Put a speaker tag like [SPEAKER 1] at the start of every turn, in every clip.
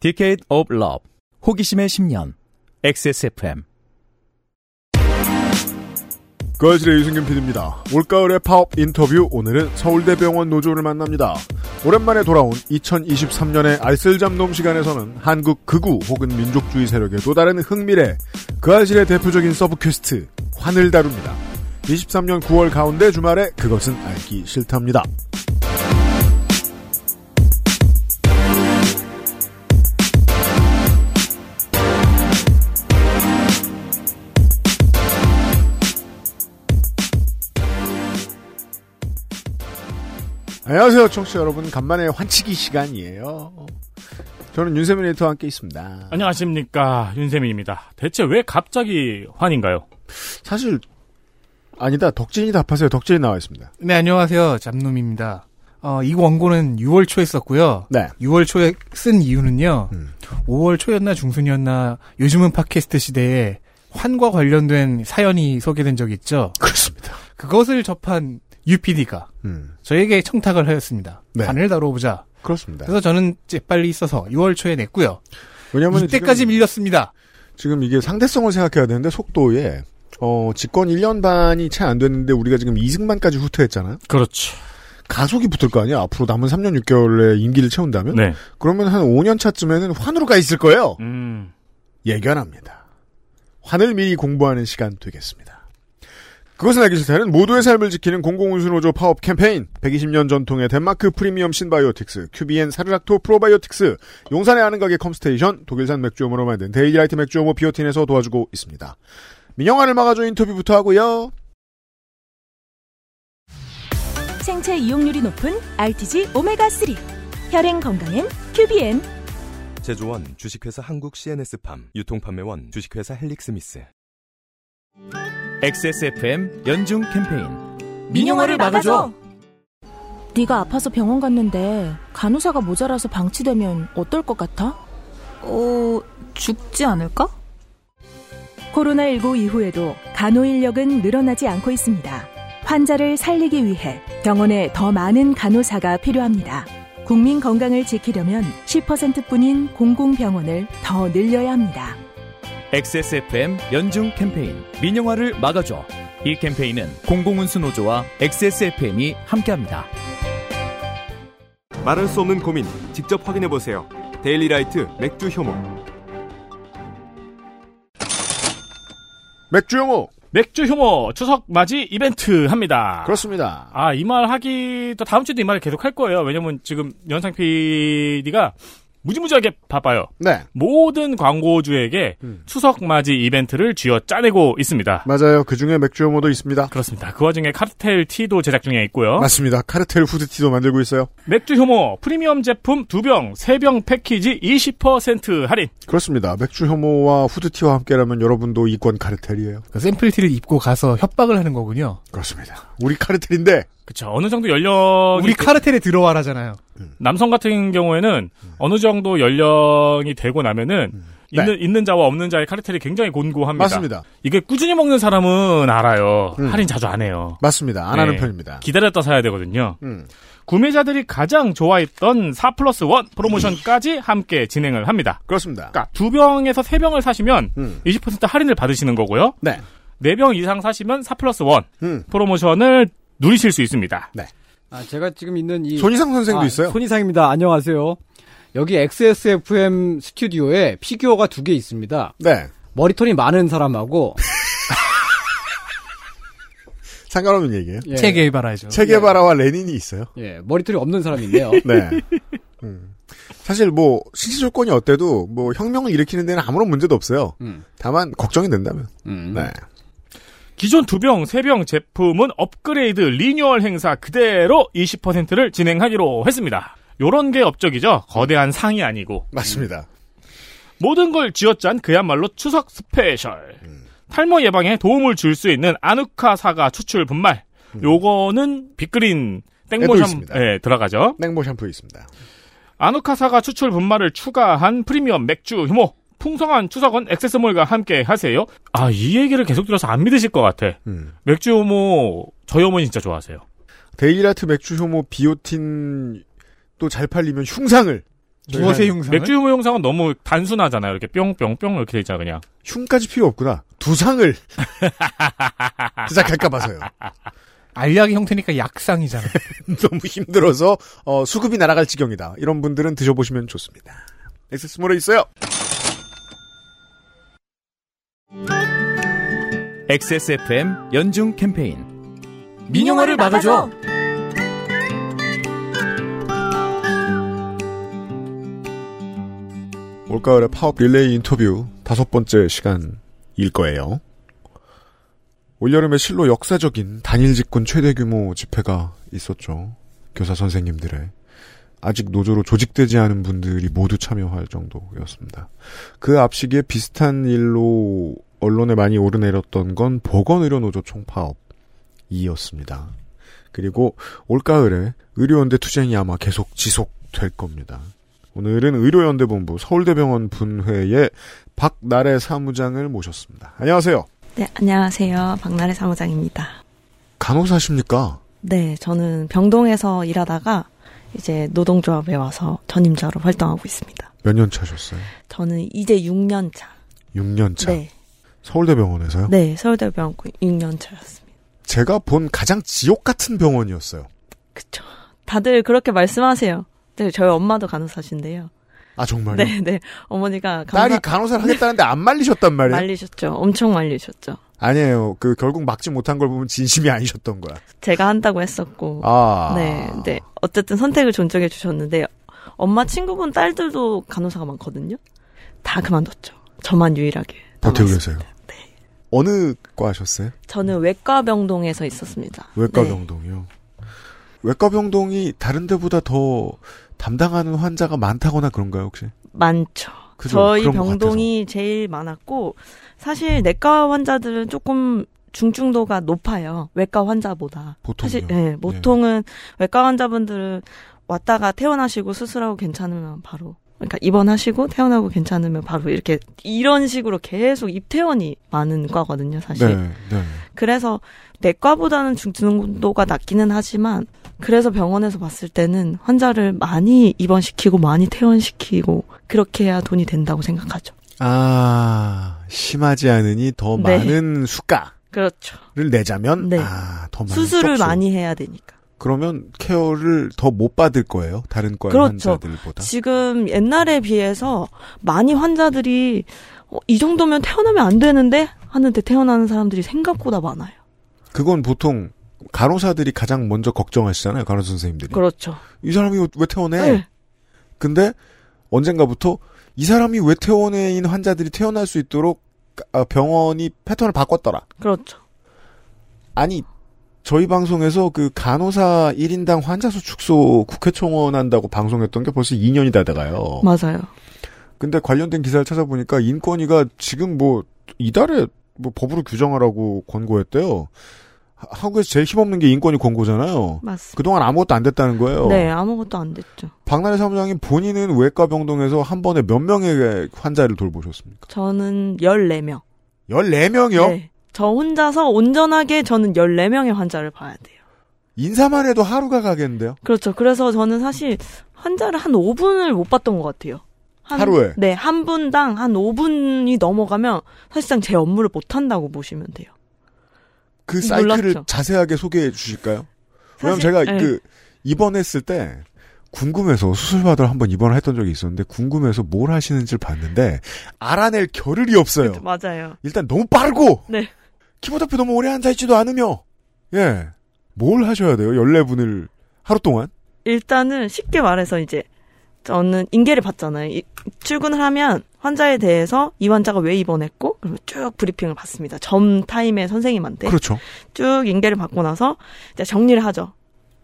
[SPEAKER 1] Decade of Love 호기심의 10년 XSFM
[SPEAKER 2] 거실의 유승균 PD입니다. 올가을의 파업 인터뷰 오늘은 서울대병원 노조를 만납니다. 오랜만에 돌아온 2023년의 알쓸잡놈 시간에서는 한국 극우 혹은 민족주의 세력의 또 다른 흥미래 그아실의 대표적인 서브 퀘스트 환을 다룹니다. 23년 9월 가운데 주말에 그것은 알기 싫답니다. 안녕하세요, 청취자 여러분. 간만에 환치기 시간이에요. 저는 윤세민 에디터와 함께 있습니다.
[SPEAKER 3] 안녕하십니까 윤세민입니다. 대체 왜 갑자기 환인가요?
[SPEAKER 2] 사실 아니다, 덕진이 답하세요. 덕진이 나와 있습니다.
[SPEAKER 4] 네, 안녕하세요. 잡놈입니다. 어, 이 원고는 6월 초에 썼고요.
[SPEAKER 2] 네.
[SPEAKER 4] 6월 초에 쓴 이유는요.
[SPEAKER 2] 음.
[SPEAKER 4] 5월 초였나 중순이었나 요즘은 팟캐스트 시대에 환과 관련된 사연이 소개된 적이 있죠.
[SPEAKER 2] 그렇습니다.
[SPEAKER 4] 그것을 접한 UPD가
[SPEAKER 2] 음.
[SPEAKER 4] 저에게 청탁을 하였습니다.
[SPEAKER 2] 네.
[SPEAKER 4] 반을 다뤄보자.
[SPEAKER 2] 그렇습니다.
[SPEAKER 4] 그래서 저는 재빨리 써서 6월 초에 냈고요.
[SPEAKER 2] 왜냐면
[SPEAKER 4] 이때까지
[SPEAKER 2] 지금,
[SPEAKER 4] 밀렸습니다.
[SPEAKER 2] 지금 이게 상대성을 생각해야 되는데 속도에 어, 집권 1년 반이 채 안 됐는데 우리가 지금 2승만까지 후퇴했잖아요.
[SPEAKER 3] 그렇죠.
[SPEAKER 2] 가속이 붙을 거 아니야. 앞으로 남은 3년 6개월의 임기를 채운다면
[SPEAKER 3] 네.
[SPEAKER 2] 그러면 한 5년 차쯤에는 환으로 가 있을 거예요.
[SPEAKER 3] 음.
[SPEAKER 2] 예견합니다. 환을 미리 공부하는 시간 되겠습니다. 그것은 알기 싫다는 모두의 삶을 지키는 공공운수노조 파업 캠페인 120년 전통의 덴마크 프리미엄 신바이오틱스 큐비엔 사르락토 프로바이오틱스 용산의 아는 가게 컴스테이션 독일산 맥주오모로 만든 데일리라이트 맥주오모 비오틴에서 도와주고 있습니다. 민영환을 막아줘 인터뷰부터 하고요.
[SPEAKER 5] 생체 이용률이 높은 RTG 오메가3 혈행 건강엔 큐비엔
[SPEAKER 6] 제조원 주식회사 한국 CNS팜 유통판매원 주식회사 헬릭스미스
[SPEAKER 1] XSFM 연중 캠페인
[SPEAKER 5] 민영화를 막아줘 네가 아파서 병원 갔는데 간호사가 모자라서 방치되면 어떨 것 같아?
[SPEAKER 7] 어, 죽지 않을까?
[SPEAKER 5] 코로나19 이후에도 간호 인력은 늘어나지 않고 있습니다. 환자를 살리기 위해 병원에 더 많은 간호사가 필요합니다. 국민 건강을 지키려면 10%뿐인 공공병원을 더 늘려야 합니다.
[SPEAKER 1] XSFM 연중 캠페인 민영화를 막아줘 이 캠페인은 공공운수노조와 XSFM이 함께합니다.
[SPEAKER 6] 말할 수 없는 고민 직접 확인해 보세요. 데일리라이트 맥주 효모
[SPEAKER 2] 맥주영호
[SPEAKER 3] 맥주 효모 추석 맞이 이벤트 합니다.
[SPEAKER 2] 그렇습니다.
[SPEAKER 3] 아 이 말 하기 또 다음 주도 이 말을 계속 할 거예요. 왜냐면 지금 연상 PD가 무지무지하게 바빠요.
[SPEAKER 2] 네
[SPEAKER 3] 모든 광고주에게 추석 맞이 이벤트를 쥐어 짜내고 있습니다.
[SPEAKER 2] 맞아요. 그 중에 맥주영호도 있습니다.
[SPEAKER 3] 그렇습니다. 그 와중에 카르텔 티도 제작 중에 있고요.
[SPEAKER 2] 맞습니다. 카르텔 후드티도 만들고 있어요.
[SPEAKER 3] 맥주 효모 프리미엄 제품 2병, 3병 패키지 20% 할인.
[SPEAKER 2] 그렇습니다. 맥주 혐오와 후드티와 함께라면 여러분도 이권 카르텔이에요.
[SPEAKER 4] 그 샘플티를 입고 가서 협박을 하는 거군요.
[SPEAKER 2] 그렇습니다. 우리 카르텔인데
[SPEAKER 3] 그쵸. 어느 정도 연령이
[SPEAKER 4] 우리 카르텔에 들어와라잖아요.
[SPEAKER 3] 남성 같은 경우에는 어느 정도 연령이 되고 나면은 있는 있는 자와 없는 자의 카르텔이 굉장히
[SPEAKER 2] 음.
[SPEAKER 3] 곤고합니다.
[SPEAKER 2] 네. 맞습니다.
[SPEAKER 3] 이게 꾸준히 먹는 사람은 알아요.
[SPEAKER 2] 음.
[SPEAKER 3] 할인 자주 안 해요.
[SPEAKER 2] 맞습니다. 안 하는
[SPEAKER 3] 네.
[SPEAKER 2] 편입니다.
[SPEAKER 3] 기다렸다 사야 되거든요.
[SPEAKER 2] 음.
[SPEAKER 3] 구매자들이 가장 좋아했던 4 플러스 1 프로모션까지 함께 진행을 합니다.
[SPEAKER 2] 그렇습니다.
[SPEAKER 3] 그러니까 두 병에서 세 병을 사시면
[SPEAKER 2] 음.
[SPEAKER 3] 20% 할인을 받으시는 거고요.
[SPEAKER 2] 네.
[SPEAKER 3] 네 병 이상 사시면 4 플러스 1
[SPEAKER 2] 음.
[SPEAKER 3] 프로모션을 누리실 수 있습니다.
[SPEAKER 8] 아, 제가 지금 있는 이
[SPEAKER 2] 손희상 선생도
[SPEAKER 8] 아,
[SPEAKER 2] 있어요.
[SPEAKER 8] 손이상입니다. 안녕하세요. 여기 XSFM 스튜디오에 피규어가 두 개 있습니다.
[SPEAKER 2] 네.
[SPEAKER 8] 머리털이 많은 사람하고
[SPEAKER 2] 상관없는 얘기예요.
[SPEAKER 8] 예,
[SPEAKER 4] 체계에 바라야죠.
[SPEAKER 2] 체게바라와 레닌이 있어요.
[SPEAKER 8] 예, 머리털이 없는 사람인데요.
[SPEAKER 2] 네. 음. 사실 뭐 신체 조건이 어때도 뭐 혁명을 일으키는 데는 아무런 문제도 없어요.
[SPEAKER 8] 음,
[SPEAKER 2] 다만 걱정이 된다면.
[SPEAKER 8] 음.
[SPEAKER 2] 네.
[SPEAKER 3] 기존 두 병, 세 병 제품은 업그레이드, 리뉴얼 행사 그대로 20%를 진행하기로 했습니다. 요런 게 업적이죠. 거대한 상이 아니고.
[SPEAKER 2] 맞습니다.
[SPEAKER 3] 모든 걸 쥐어짠 그야말로 추석 스페셜. 탈모 예방에 도움을 줄 수 있는 아누카 사과 추출 분말. 요거는 빅그린
[SPEAKER 2] 애도
[SPEAKER 3] 땡모샴
[SPEAKER 2] 음. 있습니다.
[SPEAKER 3] 에 들어가죠.
[SPEAKER 2] 냉모 샴푸 있습니다.
[SPEAKER 3] 아누카 사과 추출 분말을 추가한 프리미엄 맥주 효모. 풍성한 추석은 액세스몰과 함께 하세요. 아, 이 얘기를 계속 들어서 안 믿으실 것 같아.
[SPEAKER 2] 음.
[SPEAKER 3] 맥주 효모 저희 어머니 진짜 좋아하세요.
[SPEAKER 2] 데일리라트 맥주 효모 비오틴 또 잘 팔리면 흉상을
[SPEAKER 4] 무엇의 흉상을?
[SPEAKER 3] 맥주 유무 용상은 너무 단순하잖아요. 이렇게 뿅뿅뿅 이렇게 돼 있잖아 그냥.
[SPEAKER 2] 흉까지 필요 없구나. 두상을 제작할까 봐서요.
[SPEAKER 4] 알약의 형태니까 약상이잖아.
[SPEAKER 2] 너무 힘들어서 어, 수급이 날아갈 지경이다. 이런 분들은 드셔보시면 좋습니다. 엑세스몰에 있어요.
[SPEAKER 1] XSFM 연중 캠페인
[SPEAKER 7] 민영화를 막아줘.
[SPEAKER 2] 올가을의 파업 릴레이 인터뷰 다섯 번째 시간일 거예요. 올여름에 실로 역사적인 단일 집권 최대 규모 집회가 있었죠. 교사 선생님들의 아직 노조로 조직되지 않은 분들이 모두 참여할 정도였습니다. 그 앞시기에 비슷한 일로 언론에 많이 오르내렸던 건 보건의료 노조 총파업이었습니다. 그리고 올가을에 의료연대 투쟁이 아마 계속 지속될 겁니다. 오늘은 의료연대본부 서울대병원 분회의 박나래 사무장을 모셨습니다. 안녕하세요.
[SPEAKER 9] 네, 안녕하세요. 박나래 사무장입니다.
[SPEAKER 2] 간호사십니까?
[SPEAKER 9] 네, 저는 병동에서 일하다가 이제 노동조합에 와서 전임자로 활동하고 있습니다.
[SPEAKER 2] 몇 년 차셨어요?
[SPEAKER 9] 저는 이제 6년 차.
[SPEAKER 2] 6년 차.
[SPEAKER 9] 네.
[SPEAKER 2] 서울대병원에서요?
[SPEAKER 9] 네, 서울대병원 6년 차였습니다.
[SPEAKER 2] 제가 본 가장 지옥 같은 병원이었어요.
[SPEAKER 9] 그쵸. 다들 그렇게 말씀하세요. 네, 저희 엄마도 간호사신데요.
[SPEAKER 2] 아 정말요?
[SPEAKER 9] 네, 네. 어머니가 간호
[SPEAKER 2] 딸이 간호사를 하겠다는데 안 말리셨단 말이에요?
[SPEAKER 9] 말리셨죠. 엄청 말리셨죠.
[SPEAKER 2] 아니에요. 그 결국 막지 못한 걸 보면 진심이 아니셨던 거야.
[SPEAKER 9] 제가 한다고 했었고.
[SPEAKER 2] 아.
[SPEAKER 9] 네, 네. 어쨌든 선택을 존중해 주셨는데 엄마 친구분 딸들도 간호사가 많거든요. 다 그만뒀죠. 저만 유일하게.
[SPEAKER 2] 버티고 계세요.
[SPEAKER 9] 남아있습니다. 네.
[SPEAKER 2] 어느 과 하셨어요?
[SPEAKER 9] 저는 외과 병동에서 있었습니다.
[SPEAKER 2] 외과
[SPEAKER 9] 네.
[SPEAKER 2] 병동이요. 외과 병동이 다른 데보다 더 담당하는 환자가 많다거나 그런가요, 혹시?
[SPEAKER 9] 많죠.
[SPEAKER 2] 그죠?
[SPEAKER 9] 저희
[SPEAKER 2] 그런 것
[SPEAKER 9] 병동이 제일 많았고 사실 내과 환자들은 조금 중증도가 높아요. 외과 환자보다.
[SPEAKER 2] 보통요? 네.
[SPEAKER 9] 사실 예, 보통은 외과 환자분들은 왔다가 퇴원하시고 수술하고 괜찮으면 바로 그러니까 입원하시고 퇴원하고 괜찮으면 바로 이렇게 이런 식으로 계속 입퇴원이 많은 과거든요, 사실.
[SPEAKER 2] 네, 네.
[SPEAKER 9] 그래서 내과보다는 중증도가 낮기는 하지만 그래서 병원에서 봤을 때는 환자를 많이 입원시키고 많이 퇴원시키고 그렇게 해야 돈이 된다고 생각하죠.
[SPEAKER 2] 아, 심하지 않으니 더
[SPEAKER 9] 네.
[SPEAKER 2] 많은 수가를
[SPEAKER 9] 그렇죠.
[SPEAKER 2] 내자면
[SPEAKER 9] 네.
[SPEAKER 2] 아, 더 많은
[SPEAKER 9] 수술을
[SPEAKER 2] 쪽수.
[SPEAKER 9] 많이 해야 되니까.
[SPEAKER 2] 그러면 케어를 더 못 받을 거예요. 다른 과의
[SPEAKER 9] 그렇죠.
[SPEAKER 2] 환자들보다.
[SPEAKER 9] 지금 옛날에 비해서 많이 환자들이 어, 이 정도면 태어나면 안 되는데 하는데 태어나는 사람들이 생각보다 많아요.
[SPEAKER 2] 그건 보통 간호사들이 가장 먼저 걱정하시잖아요. 간호사 선생님들이.
[SPEAKER 9] 그렇죠.
[SPEAKER 2] 이 사람이 왜 퇴원해?
[SPEAKER 9] 네.
[SPEAKER 2] 근데 언젠가부터 이 사람이 왜 퇴원해인 환자들이 퇴원할 수 있도록 아, 병원이 패턴을 바꿨더라.
[SPEAKER 9] 그렇죠.
[SPEAKER 2] 아니 저희 방송에서 그 간호사 1인당 환자 수 축소 국회청원 한다고 방송했던 게 벌써 2년이 다 돼가요.
[SPEAKER 9] 맞아요.
[SPEAKER 2] 근데 관련된 기사를 찾아보니까 인권위가 지금 뭐 이달에 뭐 법으로 규정하라고 권고했대요. 하- 한국에서 제일 힘없는 게 인권위 권고잖아요.
[SPEAKER 9] 맞습니다.
[SPEAKER 2] 그동안 아무것도 안 됐다는 거예요.
[SPEAKER 9] 뭐. 네, 아무것도 안 됐죠.
[SPEAKER 2] 박나래 사무장님 본인은 외과 병동에서 한 번에 몇 명의 환자를 돌보셨습니까?
[SPEAKER 9] 저는 14명.
[SPEAKER 2] 14명이요?
[SPEAKER 9] 네. 저 혼자서 온전하게 저는 14명의 환자를 봐야 돼요.
[SPEAKER 2] 인사만 해도 하루가 가겠는데요?
[SPEAKER 9] 그렇죠. 그래서 저는 사실 환자를 한 5분을 못 봤던 것 같아요. 한-
[SPEAKER 2] 하루에?
[SPEAKER 9] 네, 한 분당 한 5분이 넘어가면 사실상 제 업무를 못 한다고 보시면 돼요.
[SPEAKER 2] 그 사이클을
[SPEAKER 9] 놀랍죠.
[SPEAKER 2] 자세하게 소개해 주실까요? 왜냐면
[SPEAKER 9] 음, 사실-
[SPEAKER 2] 제가
[SPEAKER 9] 네.
[SPEAKER 2] 그 입원했을 때 궁금해서 수술받으러 한번 입원을 했던 적이 있었는데 궁금해서 뭘 하시는지를 봤는데 알아낼 겨를이 없어요.
[SPEAKER 9] 맞아요.
[SPEAKER 2] 일단 너무 빠르고
[SPEAKER 9] 네.
[SPEAKER 2] 키보드 앞에 너무 오래 앉아있지도 않으며 예. 뭘 하셔야 돼요? 14분을 하루 동안?
[SPEAKER 9] 일단은 쉽게 말해서 이제 저는 인계를 받잖아요. 이- 출근을 하면 환자에 대해서 이 환자가 왜 입원했고 그리고 쭉 브리핑을 받습니다. 점 타임에 선생님한테
[SPEAKER 2] 그렇죠.
[SPEAKER 9] 쭉 인계를 받고 나서 이제 정리를 하죠.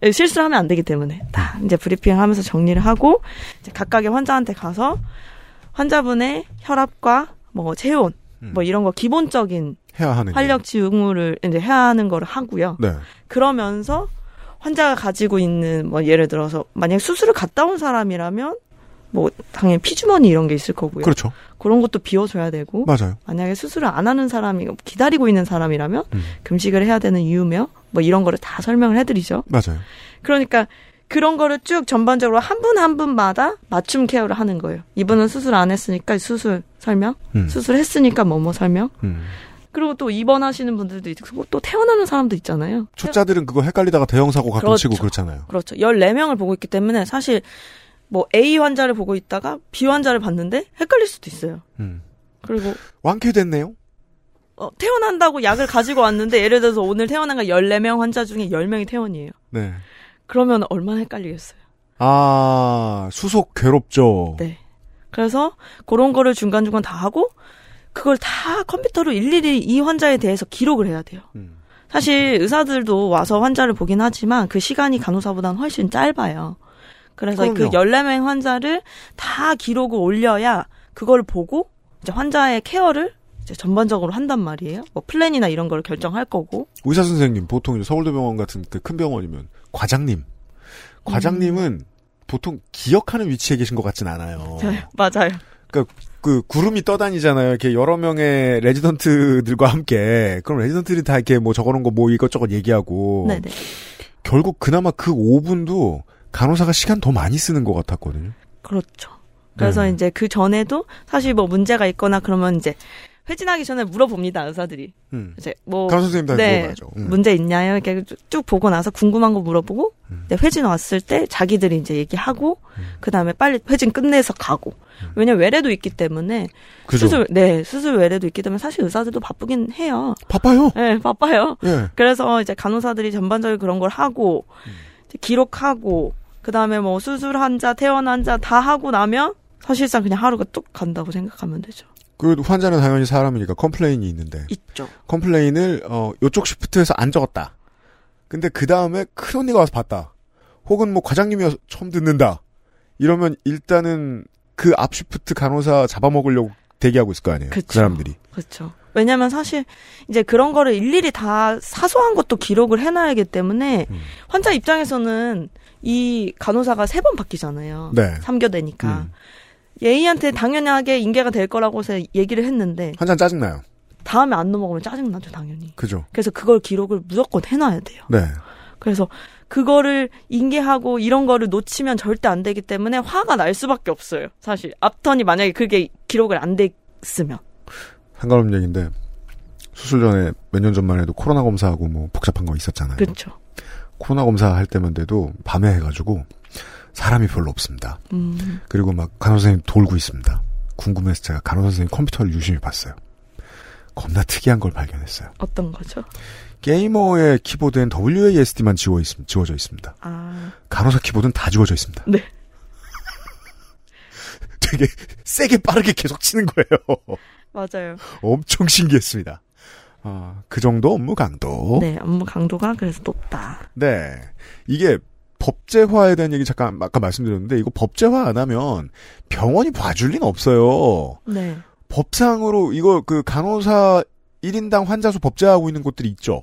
[SPEAKER 9] 예, 실수를 하면 안 되기 때문에 다 이제 브리핑 하면서 정리를 하고 이제 각각의 환자한테 가서 환자분의 혈압과 뭐 체온
[SPEAKER 2] 음. 네,
[SPEAKER 9] 뭐 이런 거 기본적인
[SPEAKER 2] 해야 하는
[SPEAKER 9] 활력 지응물을 이제 해야 하는 거를 하고요.
[SPEAKER 2] 일. 네.
[SPEAKER 9] 그러면서 환자가 가지고 있는 뭐 예를 들어서 만약 수술을 갔다 온 사람이라면 뭐 당연히 피주머니 이런 게 있을 거고요.
[SPEAKER 2] 그렇죠.
[SPEAKER 9] 그런 것도 비워줘야 되고
[SPEAKER 2] 맞아요.
[SPEAKER 9] 만약에 수술을 안 하는 사람이 기다리고 있는 사람이라면
[SPEAKER 2] 음.
[SPEAKER 9] 금식을 해야 되는 이유며 뭐 이런 거를 다 설명을 해드리죠.
[SPEAKER 2] 맞아요.
[SPEAKER 9] 그러니까 그런 거를 쭉 전반적으로 한 분 한 분마다 맞춤 케어를 하는 거예요. 이분은 수술 안 했으니까 수술 설명,
[SPEAKER 2] 음.
[SPEAKER 9] 수술했으니까 뭐뭐 설명.
[SPEAKER 2] 음.
[SPEAKER 9] 그리고 또 입원하시는 분들도 있고 또 태어나는 사람도 있잖아요.
[SPEAKER 2] 초짜들은 그거 헷갈리다가 대형 사고 가끔
[SPEAKER 9] 그렇죠.
[SPEAKER 2] 치고 그렇잖아요.
[SPEAKER 9] 그렇죠. 14명을 보고 있기 때문에 사실 뭐 A 환자를 보고 있다가 B 환자를 봤는데 헷갈릴 수도 있어요.
[SPEAKER 2] 음.
[SPEAKER 9] 그리고
[SPEAKER 2] 완쾌됐네요.
[SPEAKER 9] 어, 태어난다고 약을 가지고 왔는데 예를 들어서 오늘 태어난 건 14명 환자 중에 10명이 태원이에요.
[SPEAKER 2] 네.
[SPEAKER 9] 그러면 얼마나 헷갈리겠어요.
[SPEAKER 2] 아 수속 괴롭죠.
[SPEAKER 9] 네. 그래서 그런 거를 중간중간 다 하고 그걸 다 컴퓨터로 일일이 이 환자에 대해서 기록을 해야 돼요.
[SPEAKER 2] 음.
[SPEAKER 9] 사실 의사들도 와서 환자를 보긴 하지만 그 시간이 간호사보다는 훨씬 짧아요. 그래서 그
[SPEAKER 2] 그럼요.
[SPEAKER 9] 14명 환자를 다 기록을 올려야 그걸 보고 이제 환자의 케어를 이제 전반적으로 한단 말이에요. 뭐 플랜이나 이런 걸 결정할 거고.
[SPEAKER 2] 의사 선생님 보통 이제 서울대병원 같은 그 큰 병원이면 과장님.
[SPEAKER 9] 음.
[SPEAKER 2] 과장님은 보통 기억하는 위치에 계신 것 같진 않아요.
[SPEAKER 9] 네. 맞아요.
[SPEAKER 2] 그 구름이 떠다니잖아요. 이렇게 여러 명의 레지던트들과 함께 그럼 레지던트들이 다 이렇게 뭐 적어놓은 거 뭐 이것저것 얘기하고
[SPEAKER 9] 네네.
[SPEAKER 2] 결국 그나마 그 5분도 간호사가 시간 더 많이 쓰는 것 같았거든요.
[SPEAKER 9] 그렇죠. 그래서
[SPEAKER 2] 네.
[SPEAKER 9] 이제 그 전에도 사실 뭐 문제가 있거나 그러면 이제 회진하기 전에 물어봅니다 의사들이
[SPEAKER 2] 음.
[SPEAKER 9] 이제 뭐
[SPEAKER 2] 간호 선생님한테
[SPEAKER 9] 네.
[SPEAKER 2] 물어봐야죠. 음.
[SPEAKER 9] 문제 있냐요? 이렇게 쭉- 쭉 보고 나서 궁금한 거 물어보고
[SPEAKER 2] 음.
[SPEAKER 9] 이제 회진 왔을 때 자기들이 이제 얘기하고 그 다음에 빨리 회진 끝내서 가고 왜냐 면 외래도 있기 때문에
[SPEAKER 2] 음. 그죠.
[SPEAKER 9] 수술 네 수술 외래도 있기 때문에 사실 의사들도 바쁘긴 해요.
[SPEAKER 2] 바빠요.
[SPEAKER 9] 네 바빠요.
[SPEAKER 2] 예.
[SPEAKER 9] 그래서 이제 간호사들이 전반적인 그런 걸 하고
[SPEAKER 2] 음.
[SPEAKER 9] 이제 기록하고 그 다음에 뭐 수술 환자 퇴원 환자 다 하고 나면 사실상 그냥 하루가 뚝 간다고 생각하면 되죠.
[SPEAKER 2] 그리고 환자는 당연히 사람이니까 컴플레인이 있는데
[SPEAKER 9] 있죠.
[SPEAKER 2] 컴플레인을 어 요쪽 시프트에서 안 적었다. 근데 그 다음에 큰 언니가 와서 봤다. 혹은 뭐 과장님이 와서 처음 듣는다. 이러면 일단은 그 앞 시프트 간호사 잡아먹으려고 대기하고 있을 거 아니에요. 그
[SPEAKER 9] 그쵸.
[SPEAKER 2] 사람들이.
[SPEAKER 9] 그렇죠. 왜냐면 사실 이제 그런 거를 일일이 다 사소한 것도 기록을 해놔야기 때문에
[SPEAKER 2] 음.
[SPEAKER 9] 환자 입장에서는 이 간호사가 세 번 바뀌잖아요.
[SPEAKER 2] 네.
[SPEAKER 9] 삼교대니까.
[SPEAKER 2] 음.
[SPEAKER 9] 예의한테 당연하게 인계가 될 거라고 해서 얘기를 했는데
[SPEAKER 2] 한잔 짜증나요.
[SPEAKER 9] 다음에 안 넘어가면 짜증나죠 당연히.
[SPEAKER 2] 그죠.
[SPEAKER 9] 그래서 그걸 기록을 무조건 해놔야 돼요.
[SPEAKER 2] 네.
[SPEAKER 9] 그래서 그거를 인계하고 이런 거를 놓치면 절대 안 되기 때문에 화가 날 수밖에 없어요. 사실 앞턴이 만약에 그게 기록을 안 됐으면.
[SPEAKER 2] 상관없는 얘기인데 수술 전에 몇 년 전만 해도 코로나 검사하고 뭐 복잡한 거 있었잖아요.
[SPEAKER 9] 그렇죠.
[SPEAKER 2] 코로나 검사할 때만 돼도 밤에 해가지고 사람이 별로 없습니다.
[SPEAKER 9] 음.
[SPEAKER 2] 그리고 막 간호사 선생님 돌고 있습니다. 궁금해서 제가 간호사 선생님 컴퓨터를 유심히 봤어요. 겁나 특이한 걸 발견했어요.
[SPEAKER 9] 어떤 거죠?
[SPEAKER 2] 게이머의 키보드엔 WASD만 지워 있, 지워져 있습니다.
[SPEAKER 9] 아,
[SPEAKER 2] 간호사 키보드는 다 지워져 있습니다.
[SPEAKER 9] 네.
[SPEAKER 2] 되게 세게 빠르게 계속 치는 거예요.
[SPEAKER 9] 맞아요.
[SPEAKER 2] 엄청 신기했습니다. 아, 그 정도 업무 강도.
[SPEAKER 9] 네, 업무 강도가 그래서 높다.
[SPEAKER 2] 네. 이게 법제화에 대한 얘기 잠깐 아까 말씀드렸는데 이거 법제화 안 하면 병원이 봐줄 리는 없어요.
[SPEAKER 9] 네.
[SPEAKER 2] 법상으로 이거 그 간호사 1인당 환자 수 법제화하고 있는 곳들이 있죠.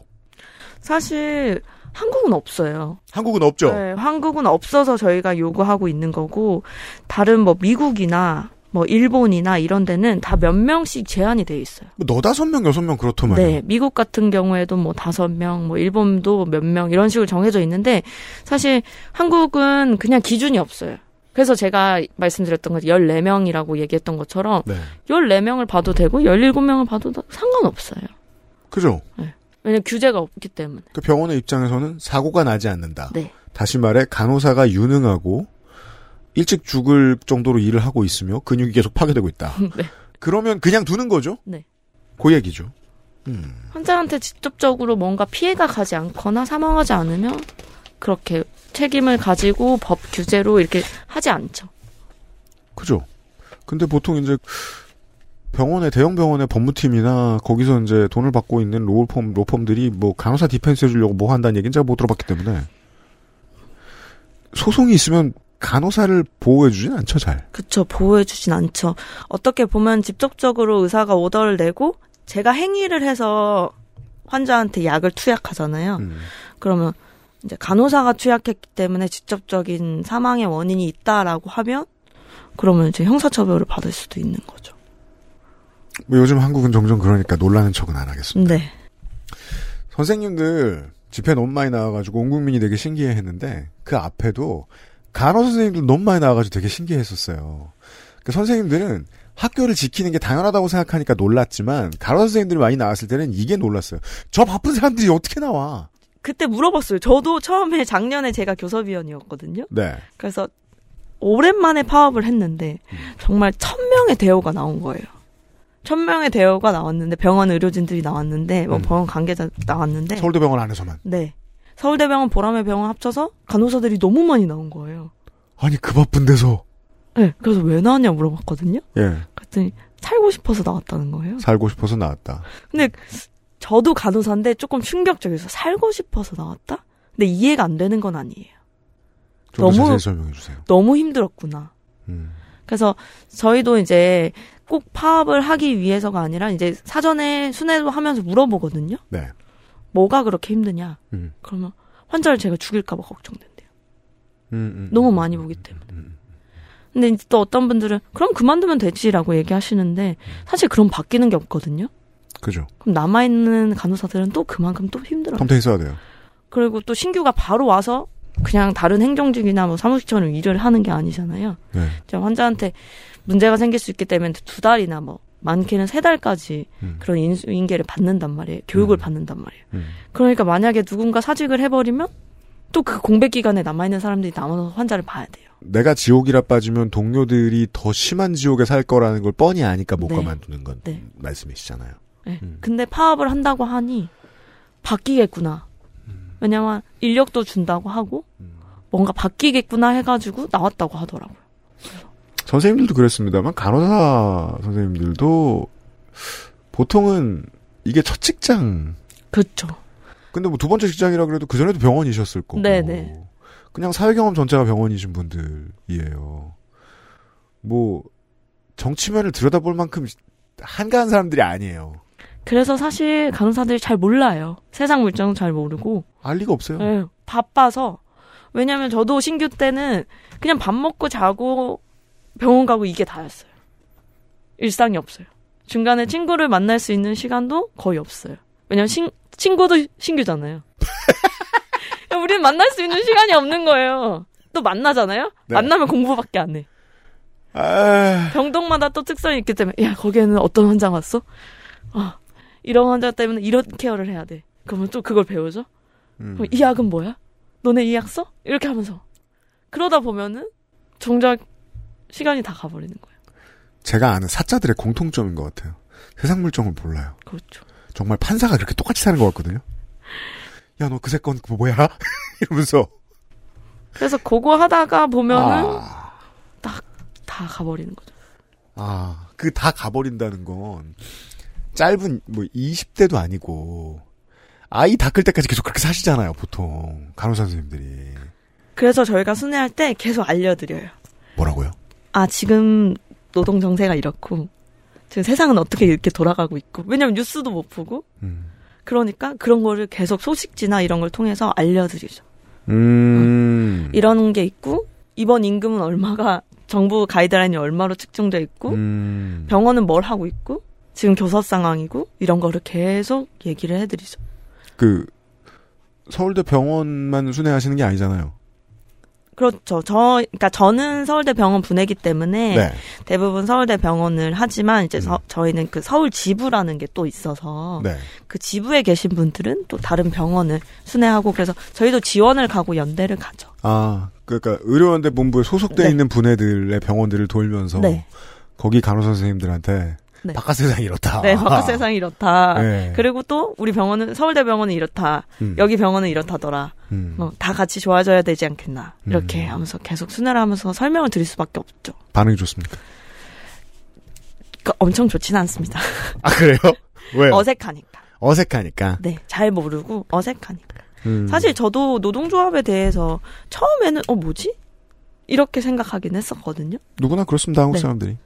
[SPEAKER 9] 사실 한국은 없어요.
[SPEAKER 2] 한국은 없죠.
[SPEAKER 9] 네, 한국은 없어서 저희가 요구하고 있는 거고 다른 뭐 미국이나 뭐 일본이나 이런 데는 다 몇 명씩 제한이 돼 있어요.
[SPEAKER 2] 뭐 너다섯 명 여섯 명 그렇더만.
[SPEAKER 9] 네, 미국 같은 경우에도 뭐 다섯 명, 뭐 일본도 몇 명 이런 식으로 정해져 있는데 사실 한국은 그냥 기준이 없어요. 그래서 제가 말씀드렸던 것 14명이라고 얘기했던 것처럼
[SPEAKER 2] 네.
[SPEAKER 9] 14명을 봐도 되고 17명을 봐도 상관없어요.
[SPEAKER 2] 그죠.
[SPEAKER 9] 왜냐면 규제가 없기 때문에.
[SPEAKER 2] 그 병원의 입장에서는 사고가 나지 않는다.
[SPEAKER 9] 네.
[SPEAKER 2] 다시 말해 간호사가 유능하고 일찍 죽을 정도로 일을 하고 있으며 근육이 계속 파괴되고 있다.
[SPEAKER 9] 네.
[SPEAKER 2] 그러면 그냥 두는 거죠.
[SPEAKER 9] 네.
[SPEAKER 2] 그 얘기죠.
[SPEAKER 9] 환자한테 직접적으로 뭔가 피해가 가지 않거나 사망하지 않으면 그렇게 책임을 가지고 법 규제로 이렇게 하지 않죠.
[SPEAKER 2] 그죠. 근데 보통 이제 병원에 대형 병원의 법무팀이나 거기서 이제 돈을 받고 있는 로펌 로펌들이 뭐 간호사 디펜스 해주려고 뭐 한다는 얘기는 잘 못 들어봤기 때문에 소송이 있으면 간호사를 보호해 주진 않죠 잘.
[SPEAKER 9] 그쵸, 보호해주진 않죠. 어떻게 보면 직접적으로 의사가 오더를 내고 제가 행위를 해서 환자한테 약을 투약하잖아요.
[SPEAKER 2] 음.
[SPEAKER 9] 그러면 이제 간호사가 투약했기 때문에 직접적인 사망의 원인이 있다라고 하면 그러면 이제 형사처벌을 받을 수도 있는 거죠.
[SPEAKER 2] 뭐 요즘 한국은 종종 그러니까 놀라는 척은 안 하겠습니다.
[SPEAKER 9] 네.
[SPEAKER 2] 선생님들 집회 너무 많이 나와가지고 온 국민이 되게 신기해했는데 그 앞에도 간호 선생님들 너무 많이 나와가지고 되게 신기했었어요. 그 선생님들은 학교를 지키는 게 당연하다고 생각하니까 놀랐지만 간호 선생님들이 많이 나왔을 때는 이게 놀랐어요. 저 바쁜 사람들이 어떻게 나와?
[SPEAKER 9] 그때 물어봤어요. 저도 처음에 작년에 제가 교섭위원이었거든요.
[SPEAKER 2] 네.
[SPEAKER 9] 그래서 오랜만에 파업을 했는데
[SPEAKER 2] 음.
[SPEAKER 9] 정말 천 명의 대호가 나온 거예요. 천 명의 대호가 나왔는데 병원 의료진들이 나왔는데 뭐
[SPEAKER 2] 음.
[SPEAKER 9] 병원 관계자 나왔는데
[SPEAKER 2] 서울대병원 안에서만.
[SPEAKER 9] 네 서울대병원 보람의 병원 합쳐서 간호사들이 너무 많이 나온 거예요.
[SPEAKER 2] 아니 그 바쁜 데서.
[SPEAKER 9] 네, 그래서 왜 나왔냐 물어봤거든요.
[SPEAKER 2] 예.
[SPEAKER 9] 그랬더니 살고 싶어서 나왔다는 거예요.
[SPEAKER 2] 살고 싶어서 나왔다.
[SPEAKER 9] 근데 저도 간호사인데 조금 충격적이어서 살고 싶어서 나왔다? 근데 이해가 안 되는 건 아니에요.
[SPEAKER 2] 좀 더
[SPEAKER 9] 너무-
[SPEAKER 2] 자세히 설명해 주세요.
[SPEAKER 9] 너무 힘들었구나.
[SPEAKER 2] 음.
[SPEAKER 9] 그래서 저희도 이제 꼭 파업을 하기 위해서가 아니라 이제 사전에 순회도 하면서 물어보거든요.
[SPEAKER 2] 네.
[SPEAKER 9] 뭐가 그렇게 힘드냐?
[SPEAKER 2] 음.
[SPEAKER 9] 그러면 환자를 제가 죽일까봐 걱정된대요.
[SPEAKER 2] 음, 음,
[SPEAKER 9] 너무
[SPEAKER 2] 음,
[SPEAKER 9] 많이
[SPEAKER 2] 음,
[SPEAKER 9] 보기
[SPEAKER 2] 음,
[SPEAKER 9] 때문에.
[SPEAKER 2] 음,
[SPEAKER 9] 근데 이제 또 어떤 분들은 그럼 그만두면 되지라고 얘기하시는데
[SPEAKER 2] 음.
[SPEAKER 9] 사실 그럼 바뀌는 게 없거든요.
[SPEAKER 2] 그죠.
[SPEAKER 9] 그럼 남아있는 간호사들은 또 그만큼 또 힘들어요.
[SPEAKER 2] 텀텀 있어야 돼요.
[SPEAKER 9] 그리고 또 신규가 바로 와서 그냥 다른 행정직이나 뭐 사무직처럼 일을 하는 게 아니잖아요.
[SPEAKER 2] 네.
[SPEAKER 9] 제 환자한테 문제가 생길 수 있기 때문에 두 달이나 뭐 많게는 세 달까지
[SPEAKER 2] 음.
[SPEAKER 9] 그런 인수, 인계를 받는단 말이에요. 교육을
[SPEAKER 2] 음.
[SPEAKER 9] 받는단 말이에요.
[SPEAKER 2] 음.
[SPEAKER 9] 그러니까 만약에 누군가 사직을 해버리면 또 그 공백 기간에 남아있는 사람들이 남아서 환자를 봐야 돼요.
[SPEAKER 2] 내가 지옥이라 빠지면 동료들이 더 심한 지옥에 살 거라는 걸 뻔히 아니까 못
[SPEAKER 9] 네.
[SPEAKER 2] 가만두는 건
[SPEAKER 9] 네.
[SPEAKER 2] 말씀이시잖아요.
[SPEAKER 9] 네.
[SPEAKER 2] 음.
[SPEAKER 9] 근데 파업을 한다고 하니 바뀌겠구나.
[SPEAKER 2] 음.
[SPEAKER 9] 왜냐면 인력도 준다고 하고 뭔가 바뀌겠구나 해가지고 나왔다고 하더라고요.
[SPEAKER 2] 선생님들도 그랬습니다만 간호사 선생님들도 보통은 이게 첫 직장.
[SPEAKER 9] 그렇죠.
[SPEAKER 2] 근데 뭐 두 번째 직장이라 그래도 그 전에도 병원이셨을 거고.
[SPEAKER 9] 네네.
[SPEAKER 2] 그냥 사회 경험 전체가 병원이신 분들이에요. 뭐 정치면을 들여다볼 만큼 한가한 사람들이 아니에요.
[SPEAKER 9] 그래서 사실 간호사들이 잘 몰라요. 세상 물정 잘 모르고
[SPEAKER 2] 알 리가 없어요.
[SPEAKER 9] 예, 바빠서 왜냐면 저도 신규 때는 그냥 밥 먹고 자고 병원 가고 이게 다였어요. 일상이 없어요. 중간에 친구를 만날 수 있는 시간도 거의 없어요. 왜냐면 신, 친구도 신규잖아요. 우리는 만날 수 있는 시간이 없는 거예요. 또 만나잖아요.
[SPEAKER 2] 네.
[SPEAKER 9] 만나면 공부밖에 안 해.
[SPEAKER 2] 아,
[SPEAKER 9] 병동마다 또 특성이 있기 때문에 야 거기에는 어떤 환자 왔어? 아 이런 환자 때문에 이런 케어를 해야 돼. 그러면 또 그걸 배우죠.
[SPEAKER 2] 음.
[SPEAKER 9] 그럼 이 약은 뭐야? 너네 이 약 써? 이렇게 하면서 그러다 보면은 정작 시간이 다 가버리는 거예요.
[SPEAKER 2] 제가 아는 사자들의 공통점인 것 같아요. 세상 물정을 몰라요.
[SPEAKER 9] 그렇죠.
[SPEAKER 2] 정말 판사가 그렇게 똑같이 사는 것 같거든요. 야, 너 그새 건 그거 뭐야? 이러면서.
[SPEAKER 9] 그래서 그거 하다가 보면은
[SPEAKER 2] 아,
[SPEAKER 9] 다 가버리는 거죠.
[SPEAKER 2] 아, 그 다 가버린다는 건 짧은 뭐 20대도 아니고 아이 다 클 때까지 계속 그렇게 사시잖아요, 보통 간호사 선생님들이.
[SPEAKER 9] 그래서 저희가 순회할 때 계속 알려드려요.
[SPEAKER 2] 뭐라고요?
[SPEAKER 9] 아 지금 노동 정세가 이렇고 지금 세상은 어떻게 이렇게 돌아가고 있고 왜냐면 뉴스도 못 보고
[SPEAKER 2] 음.
[SPEAKER 9] 그러니까 그런 거를 계속 소식지나 이런 걸 통해서 알려드리죠.
[SPEAKER 2] 음.
[SPEAKER 9] 이런 게 있고 이번 임금은 얼마가 정부 가이드라인이 얼마로 측정돼 있고
[SPEAKER 2] 음.
[SPEAKER 9] 병원은 뭘 하고 있고 지금 교섭 상황이고 이런 거를 계속 얘기를 해드리죠.
[SPEAKER 2] 그 서울대 병원만 순회하시는 게 아니잖아요.
[SPEAKER 9] 그렇죠. 저 그러니까 저는 서울대 병원 분해기 때문에
[SPEAKER 2] 네.
[SPEAKER 9] 대부분 서울대 병원을 하지만 이제 서-
[SPEAKER 2] 음.
[SPEAKER 9] 저희는 그 서울 지부라는 게 또 있어서
[SPEAKER 2] 네.
[SPEAKER 9] 그 지부에 계신 분들은 또 다른 병원을 순회하고 그래서 저희도 지원을 가고 연대를 가죠.
[SPEAKER 2] 아, 그러니까 의료연대 본부에 소속돼
[SPEAKER 9] 네.
[SPEAKER 2] 있는 분해들의 병원들을 돌면서
[SPEAKER 9] 네.
[SPEAKER 2] 거기 간호사 선생님들한테
[SPEAKER 9] 네.
[SPEAKER 2] 바깥 세상이 이렇다.
[SPEAKER 9] 네, 바깥 세상이 이렇다.
[SPEAKER 2] 아, 네.
[SPEAKER 9] 그리고 또 우리 병원은 서울대 병원은 이렇다.
[SPEAKER 2] 음,
[SPEAKER 9] 여기 병원은 이렇다더라.
[SPEAKER 2] 음.
[SPEAKER 9] 뭐 다 같이 좋아져야 되지 않겠나. 이렇게
[SPEAKER 2] 음.
[SPEAKER 9] 하면서 계속 순회를 하면서 설명을 드릴 수밖에 없죠.
[SPEAKER 2] 반응이 좋습니까?
[SPEAKER 9] 그러니까 엄청 좋지는 않습니다.
[SPEAKER 2] 아 그래요? 왜요?
[SPEAKER 9] 어색하니까.
[SPEAKER 2] 색하니까
[SPEAKER 9] 네, 잘 모르고 어색하니까.
[SPEAKER 2] 음.
[SPEAKER 9] 사실 저도 노동조합에 대해서 처음에는 어 뭐지? 이렇게 생각하긴 했었거든요.
[SPEAKER 2] 누구나 그렇습니다 한국
[SPEAKER 9] 네.
[SPEAKER 2] 사람들이.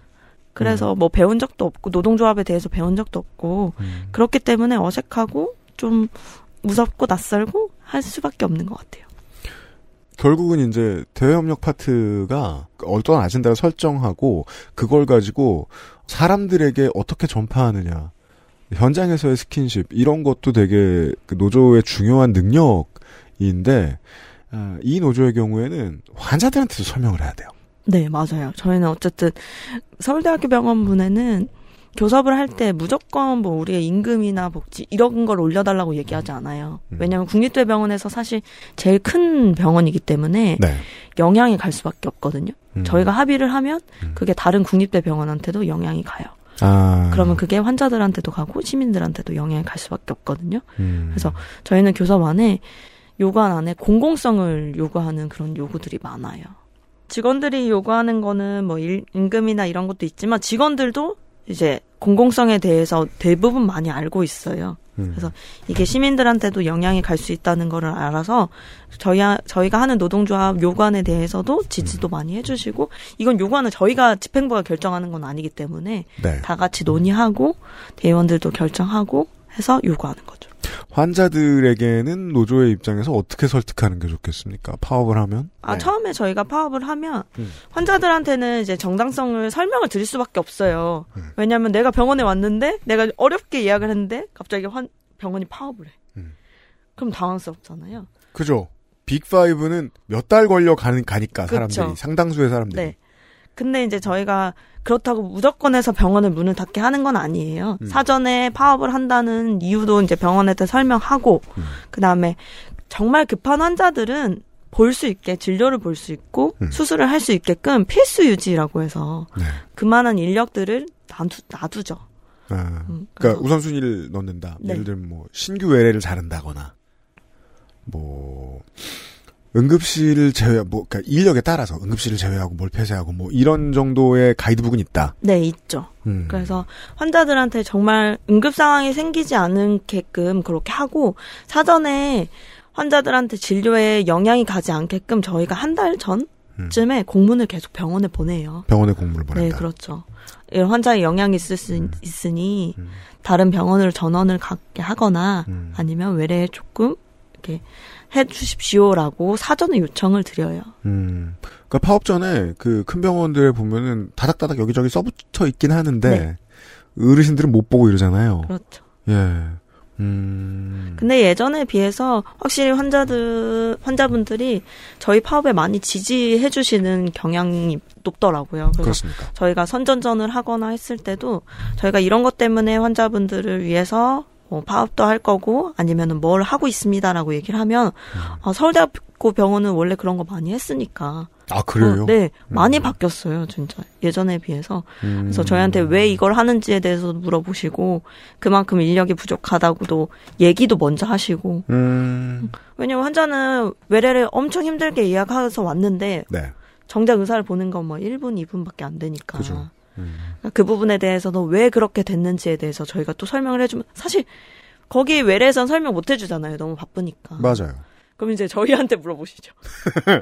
[SPEAKER 9] 그래서 뭐 배운 적도 없고 노동조합에 대해서 배운 적도 없고
[SPEAKER 2] 음.
[SPEAKER 9] 그렇기 때문에 어색하고 좀 무섭고 낯설고 할 수밖에 없는 것 같아요.
[SPEAKER 2] 결국은 이제 대외협력 파트가 어떤 아젠다를 설정하고 그걸 가지고 사람들에게 어떻게 전파하느냐 현장에서의 스킨십 이런 것도 되게 그 노조의 중요한 능력인데 아, 이 노조의 경우에는 환자들한테도 설명을 해야 돼요.
[SPEAKER 9] 네, 맞아요. 저희는 어쨌든 서울대학교 병원분에는 교섭을 할 때 무조건 뭐 우리의 임금이나 복지 이런 걸 올려달라고 얘기하지 않아요.
[SPEAKER 2] 음.
[SPEAKER 9] 왜냐하면 국립대병원에서 사실 제일 큰 병원이기 때문에
[SPEAKER 2] 네.
[SPEAKER 9] 영향이 갈 수밖에 없거든요.
[SPEAKER 2] 음.
[SPEAKER 9] 예. 저희가 합의를 하면
[SPEAKER 2] 음.
[SPEAKER 9] 그게 다른 국립대병원한테도 영향이 가요.
[SPEAKER 2] 아,
[SPEAKER 9] 그러면 그게 환자들한테도 가고 시민들한테도 영향이 갈 수밖에 없거든요.
[SPEAKER 2] 음.
[SPEAKER 9] 그래서 저희는 교섭 안에 요관 안에 공공성을 요구하는 그런 요구들이 많아요. 직원들이 요구하는 거는 뭐 일- 임금이나 이런 것도 있지만 직원들도 이제 공공성에 대해서 대부분 많이 알고 있어요.
[SPEAKER 2] 음.
[SPEAKER 9] 그래서 이게 시민들한테도 영향이 갈 수 있다는 거를 알아서 저희 저희가 하는 노동조합 요관에 대해서도 지지도 많이 해주시고 이건 요관은 저희가 집행부가 결정하는 건 아니기 때문에
[SPEAKER 2] 네.
[SPEAKER 9] 다 같이 논의하고 대의원들도 결정하고 해서 요구하는 거죠.
[SPEAKER 2] 환자들에게는 노조의 입장에서 어떻게 설득하는 게 좋겠습니까? 파업을 하면
[SPEAKER 9] 아,
[SPEAKER 2] 네.
[SPEAKER 9] 처음에 저희가 파업을 하면
[SPEAKER 2] 음.
[SPEAKER 9] 환자들한테는 이제 정당성을 설명을 드릴 수밖에 없어요.
[SPEAKER 2] 네.
[SPEAKER 9] 왜냐하면 내가 병원에 왔는데 내가 어렵게 예약을 했는데 갑자기 환, 병원이 파업을 해.
[SPEAKER 2] 음.
[SPEAKER 9] 그럼 당황스럽잖아요.
[SPEAKER 2] 그죠? 빅 파이브는 몇 달 걸려 가는 가니까
[SPEAKER 9] 그쵸.
[SPEAKER 2] 사람들이 상당수의 사람들이
[SPEAKER 9] 네. 근데 이제 저희가 그렇다고 무조건 해서 병원을 문을 닫게 하는 건 아니에요.
[SPEAKER 2] 음.
[SPEAKER 9] 사전에 파업을 한다는 이유도 이제 병원한테 설명하고,
[SPEAKER 2] 음.
[SPEAKER 9] 그 다음에 정말 급한 환자들은 볼 수 있게, 진료를 볼 수 있고,
[SPEAKER 2] 음.
[SPEAKER 9] 수술을 할 수 있게끔 필수 유지라고 해서,
[SPEAKER 2] 네.
[SPEAKER 9] 그만한 인력들을 놔두, 놔두죠.
[SPEAKER 2] 아,
[SPEAKER 9] 음,
[SPEAKER 2] 그러니까
[SPEAKER 9] 그래서-
[SPEAKER 2] 우선순위를 넣는다.
[SPEAKER 9] 네.
[SPEAKER 2] 예를 들면 뭐 신규 외래를 자른다거나 뭐 응급실을 제외 뭐 그러니까 인력에 따라서 응급실을 제외하고 뭘 폐쇄하고 뭐 이런 정도의 가이드북은 있다.
[SPEAKER 9] 네, 있죠.
[SPEAKER 2] 음.
[SPEAKER 9] 그래서 환자들한테 정말 응급 상황이 생기지 않게끔 그렇게 하고 사전에 환자들한테 진료에 영향이 가지 않게끔 저희가 한 달
[SPEAKER 2] 음.
[SPEAKER 9] 전쯤에 공문을 계속 병원에 보내요.
[SPEAKER 2] 병원에 공문을 보낸다.
[SPEAKER 9] 네, 그렇죠. 이 환자에 영향이 있을 수 있-
[SPEAKER 2] 음.
[SPEAKER 9] 있으니
[SPEAKER 2] 음.
[SPEAKER 9] 다른 병원으로 전원을 갖게 하거나
[SPEAKER 2] 음.
[SPEAKER 9] 아니면 외래에 조금 이렇게 해주십시오라고 사전에 요청을 드려요.
[SPEAKER 2] 음. 그러니까 파업 전에 그 큰 병원들 보면은 다닥다닥 여기저기 써붙여 있긴 하는데
[SPEAKER 9] 네.
[SPEAKER 2] 어르신들은 못 보고 이러잖아요.
[SPEAKER 9] 그렇죠.
[SPEAKER 2] 예. 음.
[SPEAKER 9] 근데 예전에 비해서 확실히 환자들 환자분들이 저희 파업에 많이 지지해 주시는 경향이 높더라고요. 그래서
[SPEAKER 2] 그렇습니까?
[SPEAKER 9] 저희가 선전전을 하거나 했을 때도 저희가 이런 것 때문에 환자분들을 위해서 뭐 파업도 할 거고 아니면은 뭘 하고 있습니다라고 얘기를 하면
[SPEAKER 2] 음.
[SPEAKER 9] 아, 서울대학교 병원은 원래 그런 거 많이 했으니까
[SPEAKER 2] 아 그래요?
[SPEAKER 9] 어, 네 많이
[SPEAKER 2] 음.
[SPEAKER 9] 바뀌었어요 진짜 예전에 비해서
[SPEAKER 2] 음.
[SPEAKER 9] 그래서 저희한테 왜 이걸 하는지에 대해서도 물어보시고 그만큼 인력이 부족하다고도 얘기도 먼저 하시고
[SPEAKER 2] 음.
[SPEAKER 9] 왜냐면 환자는 외래를 엄청 힘들게 예약해서 왔는데
[SPEAKER 2] 네.
[SPEAKER 9] 정작 의사를 보는 건 뭐 1분, 2분밖에 안 되니까.
[SPEAKER 2] 그죠. 음.
[SPEAKER 9] 그 부분에 대해서도 왜 그렇게 됐는지에 대해서 저희가 또 설명을 해주면 사실 거기 외래에선 설명 못 해주잖아요. 너무 바쁘니까.
[SPEAKER 2] 맞아요.
[SPEAKER 9] 그럼 이제 저희한테 물어보시죠.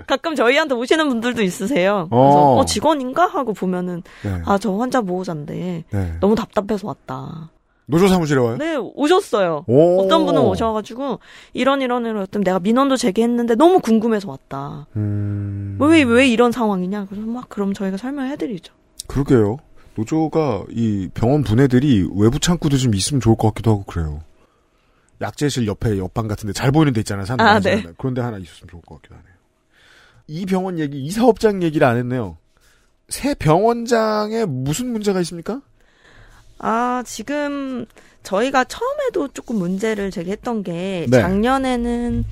[SPEAKER 9] 가끔 저희한테 오시는 분들도 있으세요.
[SPEAKER 2] 어.
[SPEAKER 9] 그래서 어, 직원인가 하고 보면은
[SPEAKER 2] 네.
[SPEAKER 9] 아 저 환자 보호자인데
[SPEAKER 2] 네.
[SPEAKER 9] 너무 답답해서 왔다.
[SPEAKER 2] 노조 사무실에 와요?
[SPEAKER 9] 네 오셨어요.
[SPEAKER 2] 오.
[SPEAKER 9] 어떤 분은 오셔가지고 이런 이런 이런 어떤 내가 민원도 제기했는데 너무 궁금해서 왔다.
[SPEAKER 2] 음.
[SPEAKER 9] 왜, 왜 이런 상황이냐? 그래서 막 그럼 저희가 설명해드리죠.
[SPEAKER 2] 그러게요. 노조가 이 병원 분해들이 외부 창구도 좀 있으면 좋을 것 같기도 하고 그래요. 약재실 옆에 옆방 같은데 잘 보이는 데 있잖아요. 사람
[SPEAKER 9] 아,
[SPEAKER 2] 많이
[SPEAKER 9] 네.
[SPEAKER 2] 사는 데. 그런 데 하나 있었으면 좋을 것 같기도 하네요. 이 병원 얘기, 이 사업장 얘기를 안 했네요. 새 병원장에 무슨 문제가 있습니까?
[SPEAKER 9] 네. 아, 지금 저희가 처음에도 조금 문제를 제기했던 게
[SPEAKER 2] 네.
[SPEAKER 9] 작년에는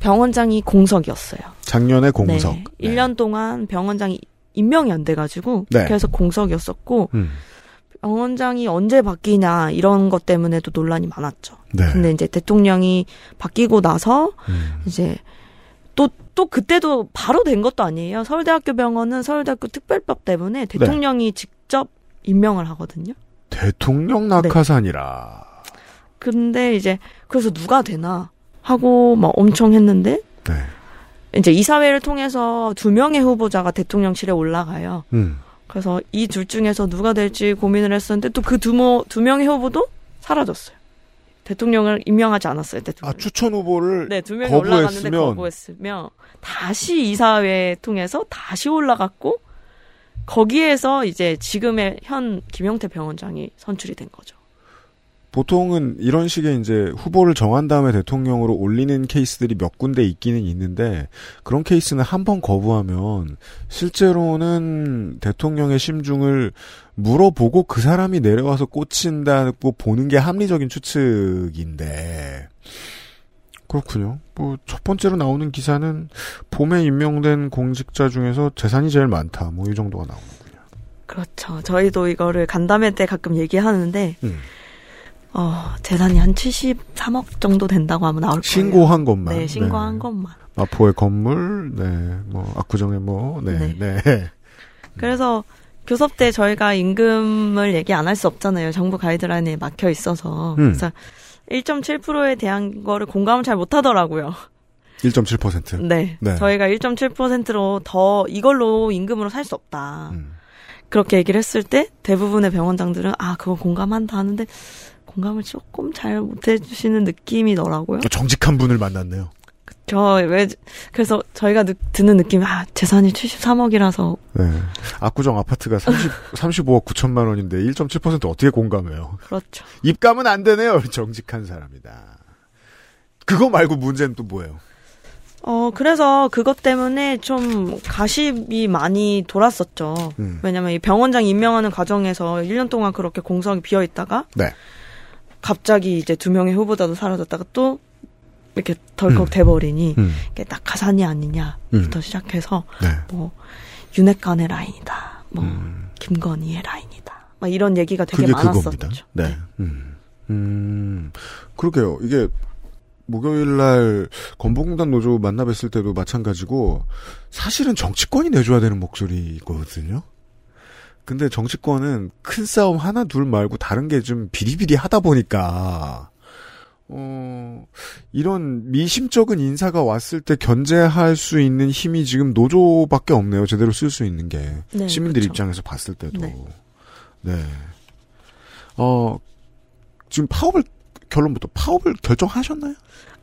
[SPEAKER 9] 병원장이 공석이었어요.
[SPEAKER 2] 작년에 공석.
[SPEAKER 9] 네. 1년 동안 병원장이 임명이 안 돼가지고
[SPEAKER 2] 네.
[SPEAKER 9] 그래서 공석이었었고
[SPEAKER 2] 음.
[SPEAKER 9] 병원장이 언제 바뀌냐 이런 것 때문에도 논란이 많았죠.
[SPEAKER 2] 네.
[SPEAKER 9] 근데 이제 대통령이 바뀌고 나서
[SPEAKER 2] 음.
[SPEAKER 9] 이제 또 또 그때도 바로 된 것도 아니에요. 서울대학교 병원은 서울대학교 특별법 때문에 대통령이 직접 임명을 하거든요.
[SPEAKER 2] 대통령 낙하산이라.
[SPEAKER 9] 근데 이제 그래서 누가 되나 하고 막 엄청 했는데
[SPEAKER 2] 네.
[SPEAKER 9] 이제 이사회를 통해서 두 명의 후보자가 대통령실에 올라가요.
[SPEAKER 2] 음.
[SPEAKER 9] 그래서 이 둘 중에서 누가 될지 고민을 했었는데 또 그 두모 두 명의 후보도 사라졌어요. 대통령을 임명하지 않았어요.
[SPEAKER 2] 아,
[SPEAKER 9] 대통령.
[SPEAKER 2] 추천 후보를
[SPEAKER 9] 네, 두 명이
[SPEAKER 2] 거부했으면-
[SPEAKER 9] 올라갔는데 거부했으며 다시 이사회 통해서 다시 올라갔고 거기에서 이제 지금의 현 김용태 병원장이 선출이 된 거죠.
[SPEAKER 2] 보통은 이런 식의 이제 후보를 정한 다음에 대통령으로 올리는 케이스들이 몇 군데 있기는 있는데 그런 케이스는 한 번 거부하면 실제로는 대통령의 심중을 물어보고 그 사람이 내려와서 꽂힌다고 보는 게 합리적인 추측인데 그렇군요. 뭐 첫 번째로 나오는 기사는 봄에 임명된 공직자 중에서 재산이 제일 많다. 뭐 이 정도가 나오고.
[SPEAKER 9] 그렇죠. 저희도 이거를 간담회 때 가끔 얘기하는데
[SPEAKER 2] 음.
[SPEAKER 9] 어, 재산이 한 73억 정도 된다고 하면 나올 거예요.
[SPEAKER 2] 신고한 것만.
[SPEAKER 9] 네, 신고한
[SPEAKER 2] 네.
[SPEAKER 9] 것만.
[SPEAKER 2] 마포의 건물, 네, 뭐 압구정의 뭐, 네, 네.
[SPEAKER 9] 그래서 교섭 때 저희가 임금을 얘기 안 할 수 없잖아요. 정부 가이드라인에 막혀 있어서.
[SPEAKER 2] 음.
[SPEAKER 9] 그래서 1.7%에 대한 거를 공감을 잘 못 하더라고요.
[SPEAKER 2] 1.7%.
[SPEAKER 9] 네.
[SPEAKER 2] 네.
[SPEAKER 9] 저희가 1.7%로 더 이걸로 임금으로 살 수 없다.
[SPEAKER 2] 음.
[SPEAKER 9] 그렇게 얘기를 했을 때 대부분의 병원장들은 아, 그거 공감한다 하는데 공감을 조금 잘 못 해주시는 느낌이더라고요.
[SPEAKER 2] 정직한 분을 만났네요.
[SPEAKER 9] 저 왜 그래서 저희가 느- 드는 느낌이 아 재산이 73억이라서
[SPEAKER 2] 네. 압구정 아파트가 30, 35억 9천만 원인데 1.7% 어떻게 공감해요?
[SPEAKER 9] 그렇죠.
[SPEAKER 2] 입감은 안 되네요. 정직한 사람이다. 그거 말고 문제는 또 뭐예요?
[SPEAKER 9] 어 그래서 그것 때문에 좀 가십이 많이 돌았었죠.
[SPEAKER 2] 음.
[SPEAKER 9] 왜냐면 이 병원장 임명하는 과정에서 1년 동안 그렇게 공석이 비어 있다가
[SPEAKER 2] 네.
[SPEAKER 9] 갑자기 이제 두 명의 후보자도 사라졌다가 또 이렇게 덜컥
[SPEAKER 2] 음.
[SPEAKER 9] 돼버리니
[SPEAKER 2] 음.
[SPEAKER 9] 이게 낙하산이 아니냐부터 시작해서
[SPEAKER 2] 네. 음.
[SPEAKER 9] 뭐 윤핵관의 라인이다, 뭐 김건희의 라인이다, 막 이런 얘기가 되게
[SPEAKER 2] 그게
[SPEAKER 9] 많았었죠.
[SPEAKER 2] 그겁니다. 네. 음. 음. 그러게요. 이게 목요일 날 건보공단 노조 만나 뵀을 때도 마찬가지고 사실은 정치권이 내줘야 되는 목소리거든요. 근데 정치권은 큰 싸움 하나 둘 말고 다른 게 좀 비리비리 하다 보니까 어 이런 미심쩍은 인사가 왔을 때 견제할 수 있는 힘이 지금 노조밖에 없네요. 제대로 쓸 수 있는 게
[SPEAKER 9] 네,
[SPEAKER 2] 시민들
[SPEAKER 9] 그쵸.
[SPEAKER 2] 입장에서 봤을 때도
[SPEAKER 9] 네.
[SPEAKER 2] 네. 어, 지금 파업을, 결론부터 파업을 결정하셨나요?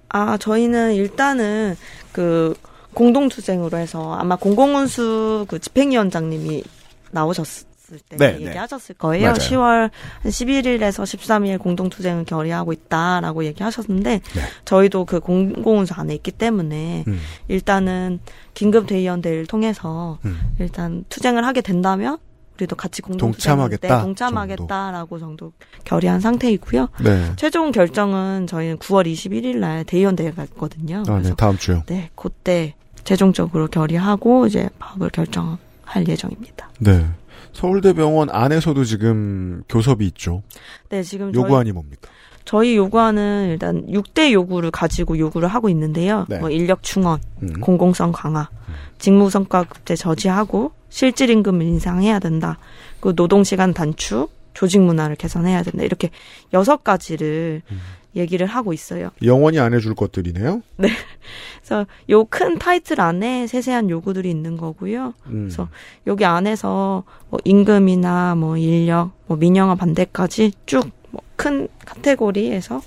[SPEAKER 9] 아, 저희는 일단은 그 공동투쟁으로 해서 아마 공공운수 그 집행위원장님이 나오셨을 때
[SPEAKER 2] 네, 네.
[SPEAKER 9] 얘기하셨을 거예요.
[SPEAKER 2] 맞아요.
[SPEAKER 9] 10월 11일에서 13일 공동투쟁을 결의하고 있다라고 얘기하셨는데
[SPEAKER 2] 네.
[SPEAKER 9] 저희도 그 공공운수 안에 있기 때문에
[SPEAKER 2] 음.
[SPEAKER 9] 일단은 긴급대의원 대회를 통해서
[SPEAKER 2] 음.
[SPEAKER 9] 일단 투쟁을 하게 된다면 우리도 같이 공동투쟁을
[SPEAKER 2] 동참하겠다
[SPEAKER 9] 동참하겠다라고 정도 결의한 상태이고요.
[SPEAKER 2] 네.
[SPEAKER 9] 최종 결정은 저희는 9월 21일 날 대의원 대회가 있거든요.
[SPEAKER 2] 아, 네.
[SPEAKER 9] 그래서
[SPEAKER 2] 다음 주요.
[SPEAKER 9] 네, 그때 최종적으로 결의하고 이제 파업을 결정할 예정입니다.
[SPEAKER 2] 네. 서울대병원 안에서도 지금 교섭이 있죠.
[SPEAKER 9] 네, 지금
[SPEAKER 2] 요구안이 뭡니까?
[SPEAKER 9] 저희, 저희 요구하는 일단 6대 요구를 가지고 요구를 하고 있는데요.
[SPEAKER 2] 네.
[SPEAKER 9] 뭐 인력 충원,
[SPEAKER 2] 음.
[SPEAKER 9] 공공성 강화, 직무 성과 급제 저지하고 실질 임금 인상해야 된다. 그 노동 시간 단축, 조직 문화를 개선해야 된다. 이렇게 여섯 가지를
[SPEAKER 2] 음.
[SPEAKER 9] 얘기를 하고 있어요.
[SPEAKER 2] 영원히 안 해줄 것들이네요.
[SPEAKER 9] 그래서 요 큰 타이틀 안에 세세한 요구들이 있는 거고요.
[SPEAKER 2] 음.
[SPEAKER 9] 그래서 여기 안에서 뭐 임금이나 뭐 인력, 뭐 민영화 반대까지 쭉뭐 큰 카테고리에서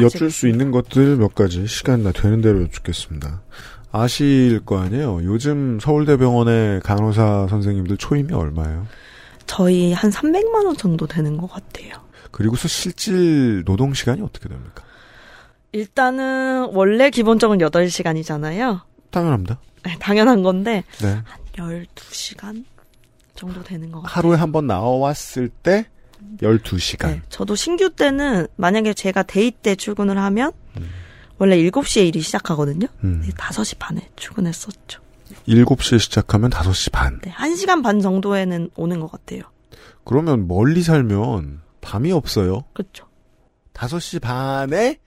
[SPEAKER 2] 여쭐 수 있는 것들 몇 가지 시간나 되는 대로 여쭙겠습니다. 아실 거 아니에요? 요즘 서울대병원의 간호사 선생님들 초임이 얼마예요?
[SPEAKER 9] 저희 한 300만 원 정도 되는 것 같아요.
[SPEAKER 2] 그리고서 실질 노동 시간이 어떻게 됩니까?
[SPEAKER 9] 일단은 원래 기본적은 8시간이잖아요.
[SPEAKER 2] 당연합니다.
[SPEAKER 9] 당연한 건데
[SPEAKER 2] 네.
[SPEAKER 9] 12시간 정도 되는 것 같아요.
[SPEAKER 2] 하루에 한 번 나왔을 때 12시간.
[SPEAKER 9] 네, 저도 신규 때는 만약에 제가 데이 때 출근을 하면 원래 7시에 일이 시작하거든요.
[SPEAKER 2] 음.
[SPEAKER 9] 네, 5시 반에 출근했었죠.
[SPEAKER 2] 7시에 시작하면 5시 반.
[SPEAKER 9] 네, 1시간 반 정도에는 오는 것 같아요.
[SPEAKER 2] 그러면 멀리 살면 밤이 없어요.
[SPEAKER 9] 그렇죠.
[SPEAKER 2] 5시 반에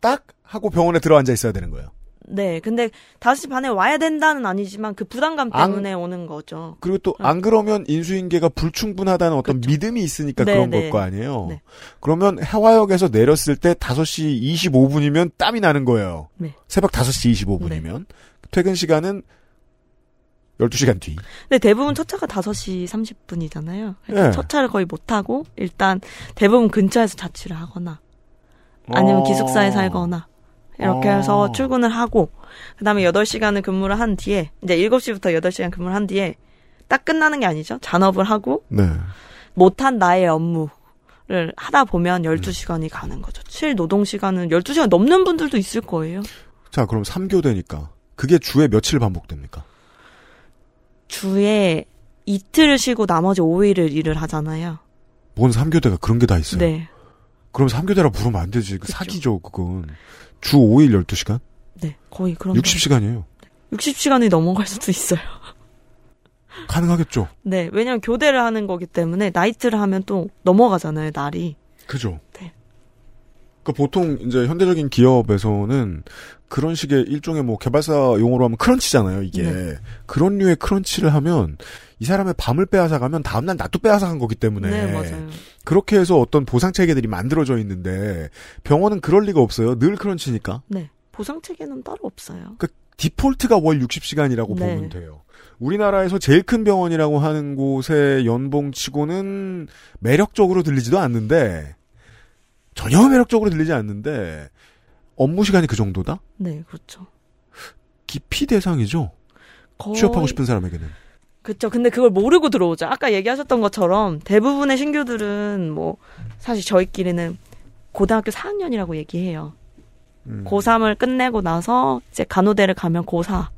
[SPEAKER 2] 딱 하고 병원에 들어앉아 있어야 되는 거예요.
[SPEAKER 9] 네, 근데 5시 반에 와야 된다는 아니지만 그 부담감
[SPEAKER 2] 안-
[SPEAKER 9] 때문에 오는 거죠.
[SPEAKER 2] 그리고 또 안 그러면 인수인계가 불충분하다는 어떤 믿음이 있으니까
[SPEAKER 9] 네,
[SPEAKER 2] 그런
[SPEAKER 9] 네.
[SPEAKER 2] 걸 거 아니에요.
[SPEAKER 9] 네.
[SPEAKER 2] 그러면 해화역에서 내렸을 때 5시 25분이면 땀이 나는 거예요.
[SPEAKER 9] 네.
[SPEAKER 2] 새벽 5시 25분이면 퇴근 시간은 12시간 뒤.
[SPEAKER 9] 근데 대부분 첫 차가 5시 30분이잖아요.
[SPEAKER 2] 네.
[SPEAKER 9] 첫 차를 거의 못 타고 일단 대부분 근처에서 자취를 하거나 아니면
[SPEAKER 2] 어.
[SPEAKER 9] 기숙사에 살거나 이렇게
[SPEAKER 2] 어.
[SPEAKER 9] 해서 출근을 하고 그다음에 8시간을 근무를 한 뒤에 이제 7시부터 8시간 근무를 한 뒤에 딱 끝나는 게 아니죠. 잔업을 하고
[SPEAKER 2] 네.
[SPEAKER 9] 못한 나의 업무를 를 하다 보면
[SPEAKER 2] 음.
[SPEAKER 9] 12시간이 가는 거죠. 실 노동 시간은 12시간 넘는 분들도 있을 거예요.
[SPEAKER 2] 자, 그럼 3교대니까. 그게 주에 며칠 반복됩니까?
[SPEAKER 9] 주에 이틀을 쉬고 나머지 5일을 일을 하잖아요.
[SPEAKER 2] 뭔 3교대가 그런 게 다 있어요?
[SPEAKER 9] 네.
[SPEAKER 2] 그럼 3교대라 부르면 안 되지. 그
[SPEAKER 9] 그쵸.
[SPEAKER 2] 사기죠, 그건. 주 5일 12시간?
[SPEAKER 9] 네. 거의 그런
[SPEAKER 2] 60시간이에요.
[SPEAKER 9] 60시간이 넘어갈 수도 있어요.
[SPEAKER 2] 가능하겠죠?
[SPEAKER 9] 네. 왜냐면 교대를 하는 거기 때문에 나이트를 하면 또 넘어가잖아요, 날이.
[SPEAKER 2] 그죠?
[SPEAKER 9] 네.
[SPEAKER 2] 그 보통 이제 현대적인 기업에서는 그런 식의 일종의 뭐 개발사 용어로 하면 크런치잖아요, 이게.
[SPEAKER 9] 네.
[SPEAKER 2] 그런 류의 크런치를 하면 이 사람의 밤을 빼앗아가면 다음날 낮도 빼앗아간 거기 때문에.
[SPEAKER 9] 네, 맞아요.
[SPEAKER 2] 그렇게 해서 어떤 보상 체계들이 만들어져 있는데 병원은 그럴 리가 없어요. 늘 크런치니까.
[SPEAKER 9] 네. 보상 체계는 따로 없어요.
[SPEAKER 2] 디폴트가 월 60시간이라고
[SPEAKER 9] 네.
[SPEAKER 2] 보면 돼요. 우리나라에서 제일 큰 병원이라고 하는 곳의 연봉치고는 매력적으로 들리지도 않는데 전혀 매력적으로 들리지 않는데 업무 시간이 그 정도다?
[SPEAKER 9] 네, 그렇죠.
[SPEAKER 2] 기피 대상이죠.
[SPEAKER 9] 거의-
[SPEAKER 2] 취업하고 싶은 사람에게는.
[SPEAKER 9] 그쵸. 근데 그걸 모르고 들어오죠. 아까 얘기하셨던 것처럼 대부분의 신규들은 뭐 사실 저희끼리는 고등학교 4학년이라고 얘기해요.
[SPEAKER 2] 음,
[SPEAKER 9] 고3을 끝내고 나서 이제 간호대를 가면 고4,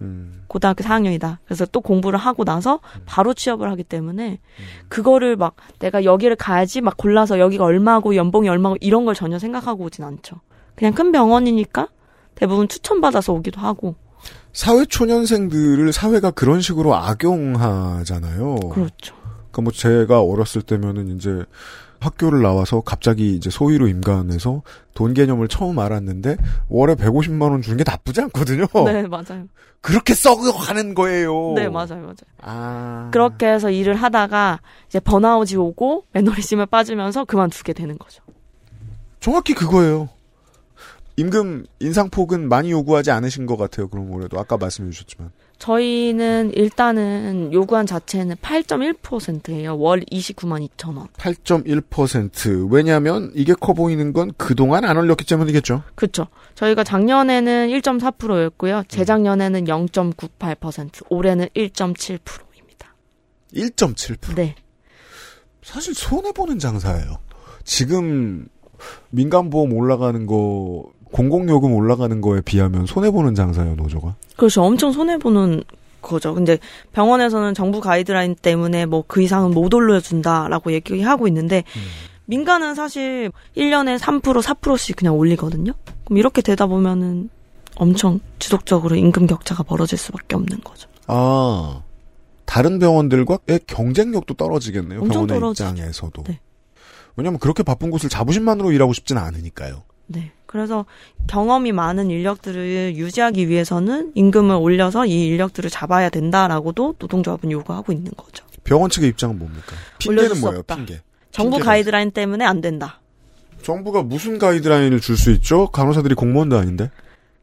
[SPEAKER 2] 음.
[SPEAKER 9] 고등학교 4학년이다. 그래서 또 공부를 하고 나서 바로 취업을 하기 때문에
[SPEAKER 2] 음.
[SPEAKER 9] 그거를 막 내가 여기를 가야지 막 골라서 여기가 얼마고 연봉이 얼마고 이런 걸 전혀 생각하고 오진 않죠. 그냥 큰 병원이니까 대부분 추천받아서 오기도 하고.
[SPEAKER 2] 사회 초년생들을 사회가 그런 식으로 악용하잖아요.
[SPEAKER 9] 그렇죠.
[SPEAKER 2] 그러니까 뭐 제가 어렸을 때면은 이제 학교를 나와서 갑자기 이제 소위로 임관해서 돈 개념을 처음 알았는데 월에 150만 원 주는 게 나쁘지 않거든요.
[SPEAKER 9] 네, 맞아요.
[SPEAKER 2] 그렇게 어. 썩어가는 거예요.
[SPEAKER 9] 네, 맞아요. 맞아요.
[SPEAKER 2] 아.
[SPEAKER 9] 그렇게 해서 일을 하다가 이제 번아웃이 오고 매너리즘에 빠지면서 그만두게 되는 거죠.
[SPEAKER 2] 정확히 그거예요. 임금 인상폭은 많이 요구하지 않으신 것 같아요. 그런 거라도 아까 말씀해 주셨지만
[SPEAKER 9] 저희는 일단은 요구한 자체는 8.1%예요. 월 29만 2천 원.
[SPEAKER 2] 8.1% 왜냐하면 이게 커 보이는 건 그동안 안 올렸기 때문이겠죠.
[SPEAKER 9] 그렇죠. 저희가 작년에는 1.4%였고요. 재작년에는 0.98%, 올해는 1.7%입니다.
[SPEAKER 2] 1.7%
[SPEAKER 9] 네.
[SPEAKER 2] 사실 손해보는 장사예요. 지금 민간보험 올라가는 거, 공공요금 올라가는 거에 비하면 손해보는 장사예요, 노조가.
[SPEAKER 9] 그렇죠. 엄청 손해 보는 거죠. 근데 병원에서는 정부 가이드라인 때문에 뭐 그 이상은 못 올려준다라고 얘기하고 있는데 민간은 사실 1년에 3% 4%씩 그냥 올리거든요. 그럼 이렇게 되다 보면은 엄청 지속적으로 임금 격차가 벌어질 수밖에 없는 거죠.
[SPEAKER 2] 아, 다른 병원들과의 경쟁력도 떨어지겠네요,
[SPEAKER 9] 엄청
[SPEAKER 2] 병원의
[SPEAKER 9] 떨어지죠.
[SPEAKER 2] 입장에서도.
[SPEAKER 9] 네.
[SPEAKER 2] 왜냐면 하 그렇게 바쁜 곳을 자부심만으로 일하고 싶진 않으니까요.
[SPEAKER 9] 네. 그래서 경험이 많은 인력들을 유지하기 위해서는 임금을 올려서 이 인력들을 잡아야 된다라고도 노동조합은 요구하고 있는 거죠.
[SPEAKER 2] 병원 측의 입장은 뭡니까?
[SPEAKER 9] 올려줄
[SPEAKER 2] 핑계는
[SPEAKER 9] 수
[SPEAKER 2] 뭐예요,
[SPEAKER 9] 없다.
[SPEAKER 2] 핑계?
[SPEAKER 9] 정부
[SPEAKER 2] 핑계가
[SPEAKER 9] 가이드라인 때문에 안 된다.
[SPEAKER 2] 정부가 무슨 가이드라인을 줄 수 있죠? 간호사들이 공무원도 아닌데?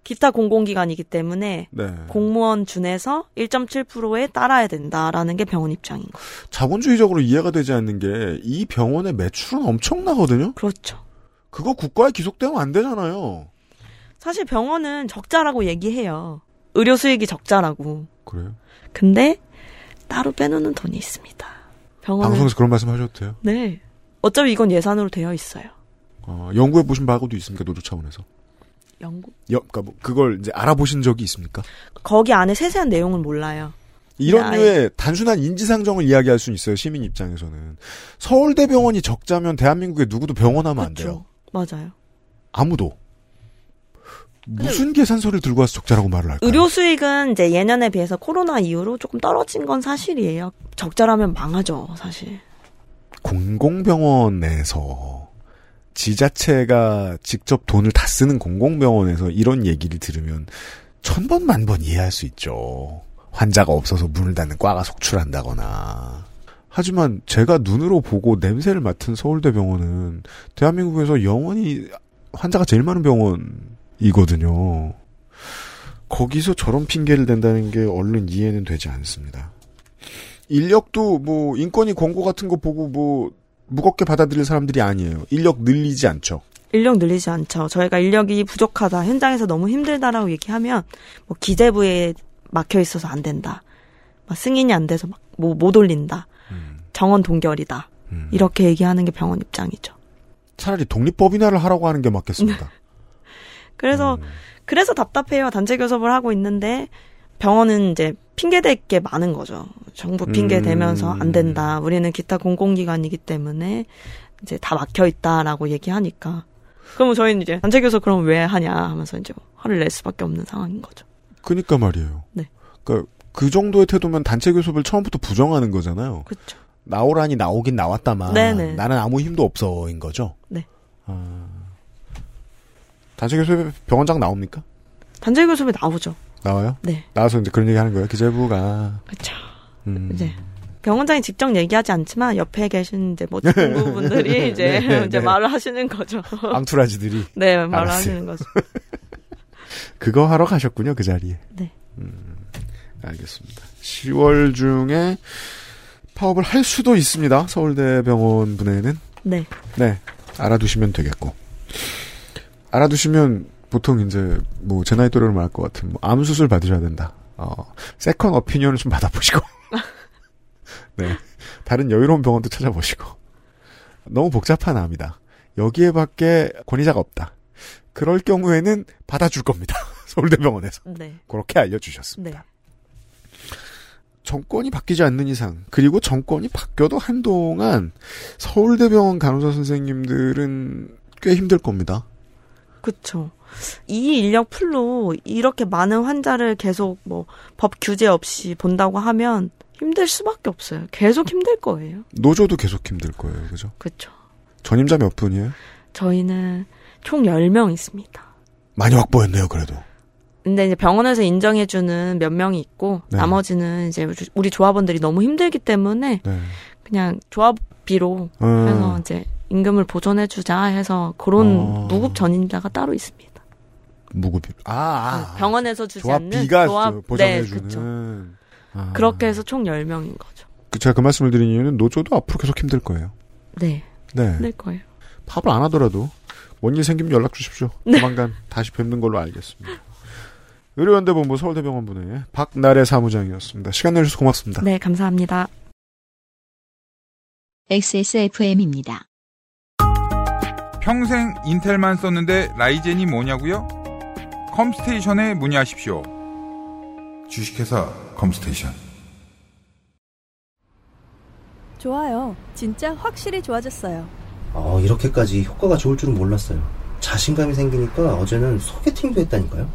[SPEAKER 9] 기타 공공기관이기 때문에
[SPEAKER 2] 네.
[SPEAKER 9] 공무원 준에서 1.7%에 따라야 된다라는 게 병원 입장인 거죠.
[SPEAKER 2] 자본주의적으로 이해가 되지 않는 게 이 병원의 매출은 엄청나거든요?
[SPEAKER 9] 그렇죠.
[SPEAKER 2] 그거 국가에 기속되면 안 되잖아요.
[SPEAKER 9] 사실 병원은 적자라고 얘기해요. 의료 수익이 적자라고.
[SPEAKER 2] 그래요?
[SPEAKER 9] 근데 따로 빼놓는 돈이 있습니다. 병원은
[SPEAKER 2] 방송에서 그런 말씀 하셔도 돼요.
[SPEAKER 9] 네. 어차피 이건 예산으로 되어 있어요.
[SPEAKER 2] 어, 연구해 보신 바하고도 있습니까? 노조 차원에서.
[SPEAKER 9] 연구.
[SPEAKER 2] 여, 그러니까 뭐 그걸 이제 알아보신 적이 있습니까?
[SPEAKER 9] 거기 안에 세세한 내용을 몰라요.
[SPEAKER 2] 이런
[SPEAKER 9] 네,
[SPEAKER 2] 류의 단순한 인지상정을 이야기할 수는 있어요. 시민 입장에서는 서울대병원이 적자면 대한민국에 누구도 병원하면 안 돼요.
[SPEAKER 9] 그렇죠. 맞아요.
[SPEAKER 2] 아무도. 무슨 계산서를 들고 와서 적자라고 말을 할까요?
[SPEAKER 9] 의료 수익은 이제 예년에 비해서 코로나 이후로 조금 떨어진 건 사실이에요. 적자라면 망하죠, 사실.
[SPEAKER 2] 공공병원에서 지자체가 직접 돈을 다 쓰는 공공병원에서 이런 얘기를 들으면 천 번, 만 번 이해할 수 있죠. 환자가 없어서 문을 닫는 과가 속출한다거나. 하지만 제가 눈으로 보고 냄새를 맡은 서울대병원은 대한민국에서 영원히 환자가 제일 많은 병원이거든요. 거기서 저런 핑계를 댄다는 게 얼른 이해는 되지 않습니다. 인력도 뭐 인권위 권고 같은 거 보고 뭐 무겁게 받아들일 사람들이 아니에요. 인력 늘리지 않죠.
[SPEAKER 9] 인력 늘리지 않죠. 저희가 인력이 부족하다, 현장에서 너무 힘들다라고 얘기하면 뭐 기재부에 막혀 있어서 안 된다. 막 승인이 안 돼서 막 뭐 못 올린다. 정원 동결이다. 이렇게 얘기하는 게 병원 입장이죠.
[SPEAKER 2] 차라리 독립법인화를 하라고 하는 게 맞겠습니다.
[SPEAKER 9] 네. 그래서
[SPEAKER 2] 음.
[SPEAKER 9] 그래서 답답해요. 단체 교섭을 하고 있는데 병원은 이제 핑계댈 게 많은 거죠. 정부 핑계
[SPEAKER 2] 음.
[SPEAKER 9] 대면서 안 된다. 우리는 기타 공공기관이기 때문에 이제 다 막혀 있다라고 얘기하니까. 그러면 저희는 이제 단체 교섭 그럼 왜 하냐 하면서 이제 화를 낼 수밖에 없는 상황인 거죠.
[SPEAKER 2] 그니까 말이에요.
[SPEAKER 9] 네.
[SPEAKER 2] 그러니까 그 정도의 태도면 단체 교섭을 처음부터 부정하는 거잖아요.
[SPEAKER 9] 그렇죠.
[SPEAKER 2] 나오라니 나오긴 나왔다만
[SPEAKER 9] 네네.
[SPEAKER 2] 나는 아무 힘도 없어인 거죠.
[SPEAKER 9] 네.
[SPEAKER 2] 아. 단체 교섭에 병원장 나옵니까?
[SPEAKER 9] 단체 교섭이 나오죠.
[SPEAKER 2] 나와요?
[SPEAKER 9] 네.
[SPEAKER 2] 나와서 이제 그런 얘기 하는 거예요. 기재부가
[SPEAKER 9] 그렇죠.
[SPEAKER 2] 음.
[SPEAKER 9] 이제 병원장이 직접 얘기하지 않지만 옆에 계신 이제 뭐 친구분들이
[SPEAKER 2] 네,
[SPEAKER 9] 이제
[SPEAKER 2] 네, 네.
[SPEAKER 9] 이제 말을 하시는 거죠.
[SPEAKER 2] 앙투라지들이
[SPEAKER 9] 네, 말을
[SPEAKER 2] 알았어요.
[SPEAKER 9] 하시는 거죠.
[SPEAKER 2] 그거 하러 가셨군요 그 자리에.
[SPEAKER 9] 네.
[SPEAKER 2] 음, 알겠습니다. 10월 중에 파업을 할 수도 있습니다. 서울대병원 분에는
[SPEAKER 9] 네.
[SPEAKER 2] 네. 알아두시면 되겠고. 알아두시면 보통 이제 뭐 제 나이 또래로 말할 것 같은 뭐 암수술 받으셔야 된다. 어, 세컨 어피니언을 좀 받아보시고. 네. 다른 여유로운 병원도 찾아보시고. 너무 복잡한 암이다. 여기에 밖에 권위자가 없다. 그럴 경우에는 받아줄 겁니다. 서울대병원에서.
[SPEAKER 9] 네.
[SPEAKER 2] 그렇게 알려주셨습니다.
[SPEAKER 9] 네.
[SPEAKER 2] 정권이 바뀌지 않는 이상 그리고 정권이 바뀌어도 한동안 서울대병원 간호사 선생님들은 꽤 힘들 겁니다.
[SPEAKER 9] 그쵸. 이 인력 풀로 이렇게 많은 환자를 계속 뭐 법 규제 없이 본다고 하면 힘들 수밖에 없어요. 계속 힘들 거예요.
[SPEAKER 2] 노조도 계속 힘들 거예요. 그죠?
[SPEAKER 9] 그쵸.
[SPEAKER 2] 전임자 몇 분이에요?
[SPEAKER 9] 저희는 총 10명 있습니다.
[SPEAKER 2] 많이 확보했네요, 그래도.
[SPEAKER 9] 근데 이제 병원에서 인정해주는 몇 명이 있고,
[SPEAKER 2] 네.
[SPEAKER 9] 나머지는 이제 우리- 우리 조합원들이 너무 힘들기 때문에
[SPEAKER 2] 네.
[SPEAKER 9] 그냥 조합비로 해서
[SPEAKER 2] 음,
[SPEAKER 9] 이제 임금을 보존해주자 해서 그런
[SPEAKER 2] 어.
[SPEAKER 9] 무급 전임자가 따로 있습니다.
[SPEAKER 2] 무급이. 아, 아, 아.
[SPEAKER 9] 그 병원에서 주지 않는
[SPEAKER 2] 조합비가 그
[SPEAKER 9] 조합- 네,
[SPEAKER 2] 보장해주는.
[SPEAKER 9] 그쵸.
[SPEAKER 2] 아.
[SPEAKER 9] 그렇게 해서 총 10명인 거죠.
[SPEAKER 2] 그 제가 그 말씀을 드린 이유는 노조도 앞으로 계속 힘들 거예요.
[SPEAKER 9] 네,
[SPEAKER 2] 네.
[SPEAKER 9] 힘들 거예요.
[SPEAKER 2] 팝을 안 하더라도 뭔 일 생기면 연락 주십시오.
[SPEAKER 4] 네.
[SPEAKER 2] 조만간 다시 뵙는 걸로 알겠습니다. 의료연대본부 서울대병원 분의 박나래 사무장이었습니다. 시간 내주셔서 고맙습니다.
[SPEAKER 9] 네, 감사합니다.
[SPEAKER 10] XSFM입니다.
[SPEAKER 11] 평생 인텔만 썼는데 라이젠이 뭐냐고요? 컴스테이션에 문의하십시오. 주식회사 컴스테이션.
[SPEAKER 12] 좋아요. 진짜 확실히 좋아졌어요.
[SPEAKER 13] 어, 이렇게까지 효과가 좋을 줄은 몰랐어요. 자신감이 생기니까 어제는 소개팅도 했다니까요.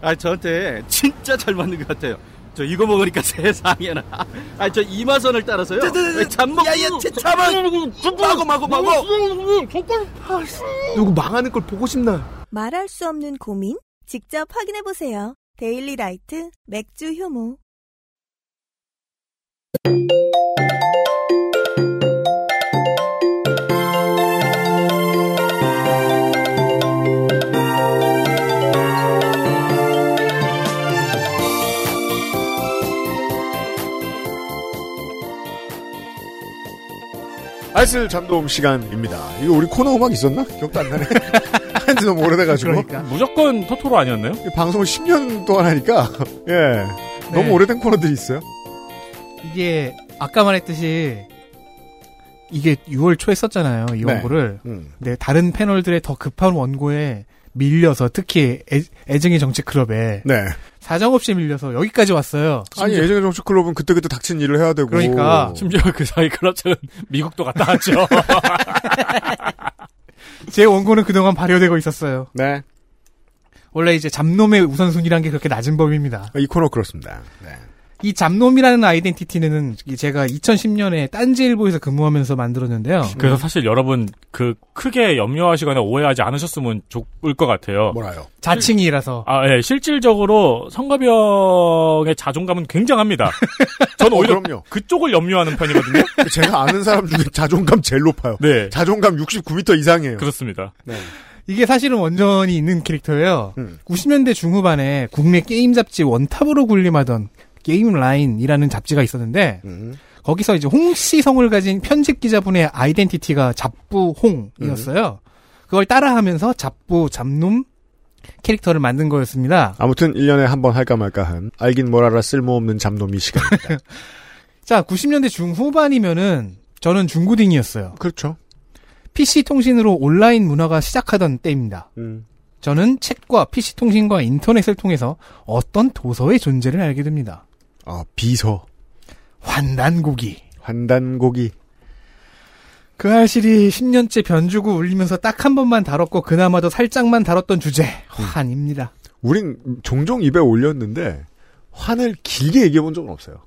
[SPEAKER 14] 아
[SPEAKER 2] 네.
[SPEAKER 14] 저한테 진짜 잘 맞는 것 같아요. 저 이거 먹으니까 세상에나. 아저 이마선을 따라서요. 잠 먹고. 야야 잠만. 마고 마고 마고.
[SPEAKER 15] 누구 망하는 걸 보고 싶나?
[SPEAKER 16] 말할 수 없는 고민? 직접 확인해보세요. 데일리 라이트 맥주 효모.
[SPEAKER 2] 알쓸 잠도움 시간입니다. 이거 우리 코너 음악 있었나? 기억도 안 나네. 한지 너무 오래돼가지고.
[SPEAKER 4] 그러니까.
[SPEAKER 3] 무조건 토토로 아니었나요?
[SPEAKER 2] 방송 10년 동안 하니까, 예.
[SPEAKER 4] 네.
[SPEAKER 2] 너무 오래된 코너들이 있어요.
[SPEAKER 4] 이게 아까 말했듯이 이게 6월 초에 썼잖아요.
[SPEAKER 2] 네.
[SPEAKER 4] 이 원고를.
[SPEAKER 2] 음.
[SPEAKER 4] 근데 다른 패널들의 더 급한 원고에 밀려서 특히 애, 증의 정치 클럽에
[SPEAKER 2] 네.
[SPEAKER 4] 사정없이 밀려서 여기까지 왔어요.
[SPEAKER 2] 아니, 예전에 정치클럽은 그때그때 닥친 일을 해야 되고.
[SPEAKER 4] 그러니까.
[SPEAKER 3] 심지어 그 사이 클럽처럼 미국도 갔다 왔죠.
[SPEAKER 4] 제 원고는 그동안 발효되고 있었어요.
[SPEAKER 2] 네.
[SPEAKER 4] 원래 이제 잡놈의 우선순위라는 게 그렇게 낮은 법입니다.
[SPEAKER 2] 이 코너 그렇습니다.
[SPEAKER 4] 이 잡놈이라는 아이덴티티는 제가 2010년에 딴지일보에서 근무하면서 만들었는데요.
[SPEAKER 3] 그래서 사실 여러분 그 크게 염려하시거나 오해하지 않으셨으면 좋을 것 같아요.
[SPEAKER 2] 뭐라요?
[SPEAKER 4] 자칭이라서.
[SPEAKER 3] 아, 예. 실질적으로 성가병의 자존감은 굉장합니다. 저는 오히려 그쪽을 염려하는 편이거든요.
[SPEAKER 2] 어, 제가 아는 사람 중에 자존감 제일 높아요.
[SPEAKER 3] 네.
[SPEAKER 2] 자존감 69m 이상이에요.
[SPEAKER 3] 그렇습니다.
[SPEAKER 4] 이게 사실은 원전이 있는 캐릭터예요. 90년대 중후반에 국내 게임 잡지 원탑으로 군림하던 게임 라인이라는 잡지가 있었는데 거기서 이제 홍씨 성을 가진 편집 기자분의 아이덴티티가 잡부 홍이었어요. 그걸 따라하면서 잡부 잡놈 캐릭터를 만든 거였습니다.
[SPEAKER 2] 아무튼 1년에 한 번 할까 말까 한 알긴 뭘 알아 쓸모없는 잡놈이 시간.
[SPEAKER 4] 자, 90년대 중후반이면은 저는 중고딩이었어요.
[SPEAKER 2] 그렇죠.
[SPEAKER 4] PC 통신으로 온라인 문화가 시작하던 때입니다.
[SPEAKER 2] 음.
[SPEAKER 4] 저는 책과 PC 통신과 인터넷을 통해서 어떤 도서의 존재를 알게 됩니다.
[SPEAKER 2] 아, 비서.
[SPEAKER 4] 환단고기.
[SPEAKER 2] 환단고기.
[SPEAKER 4] 그 알실이 10년째 변주고 울리면서 딱 한 번만 다뤘고 그나마도 살짝만 다뤘던 주제 환입니다.
[SPEAKER 2] 우린 종종 입에 올렸는데 환을 길게 얘기해 본 적은 없어요.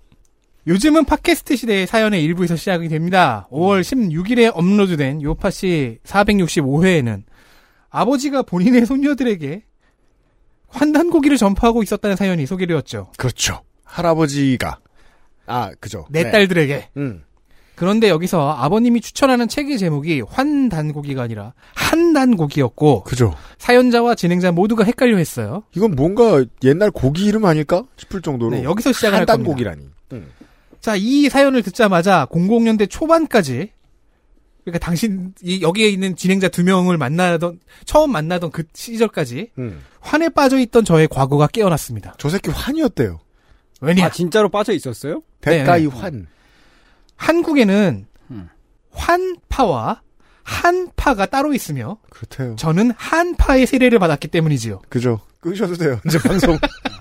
[SPEAKER 4] 요즘은 팟캐스트 시대의 사연의 일부에서 시작이 됩니다. 5월 16일에 업로드된 요파시 465회에는 아버지가 본인의 손녀들에게 환단고기를 전파하고 있었다는 사연이 소개되었죠.
[SPEAKER 2] 그렇죠. 할아버지가 아 그죠.
[SPEAKER 4] 내
[SPEAKER 2] 네.
[SPEAKER 4] 딸들에게.
[SPEAKER 2] 음.
[SPEAKER 4] 그런데 여기서 아버님이 추천하는 책의 제목이 환단고기가 아니라 한단고기였고
[SPEAKER 2] 그죠.
[SPEAKER 4] 사연자와 진행자 모두가 헷갈려 했어요.
[SPEAKER 2] 이건 뭔가 옛날 고기 이름 아닐까 싶을 정도로
[SPEAKER 4] 네, 여기서 시작을 할
[SPEAKER 2] 한단
[SPEAKER 4] 겁니다.
[SPEAKER 2] 고기라니. 음.
[SPEAKER 4] 자, 이 사연을 듣자마자 00년대 초반까지 그러니까 당신 이 여기에 있는 진행자 두 명을 만나던 처음 만나던 그 시절까지 환에 빠져 있던 저의 과거가 깨어났습니다.
[SPEAKER 2] 음. 저 새끼 환이었대요.
[SPEAKER 4] 왜냐?
[SPEAKER 8] 아, 진짜로 빠져 있었어요?
[SPEAKER 2] 대가이 환.
[SPEAKER 4] 한국에는 환파와 한파가 따로 있으며
[SPEAKER 2] 그렇대요.
[SPEAKER 4] 저는 한파의 세례를 받았기 때문이지요.
[SPEAKER 2] 그죠. 끄셔도 돼요. 이제 방송.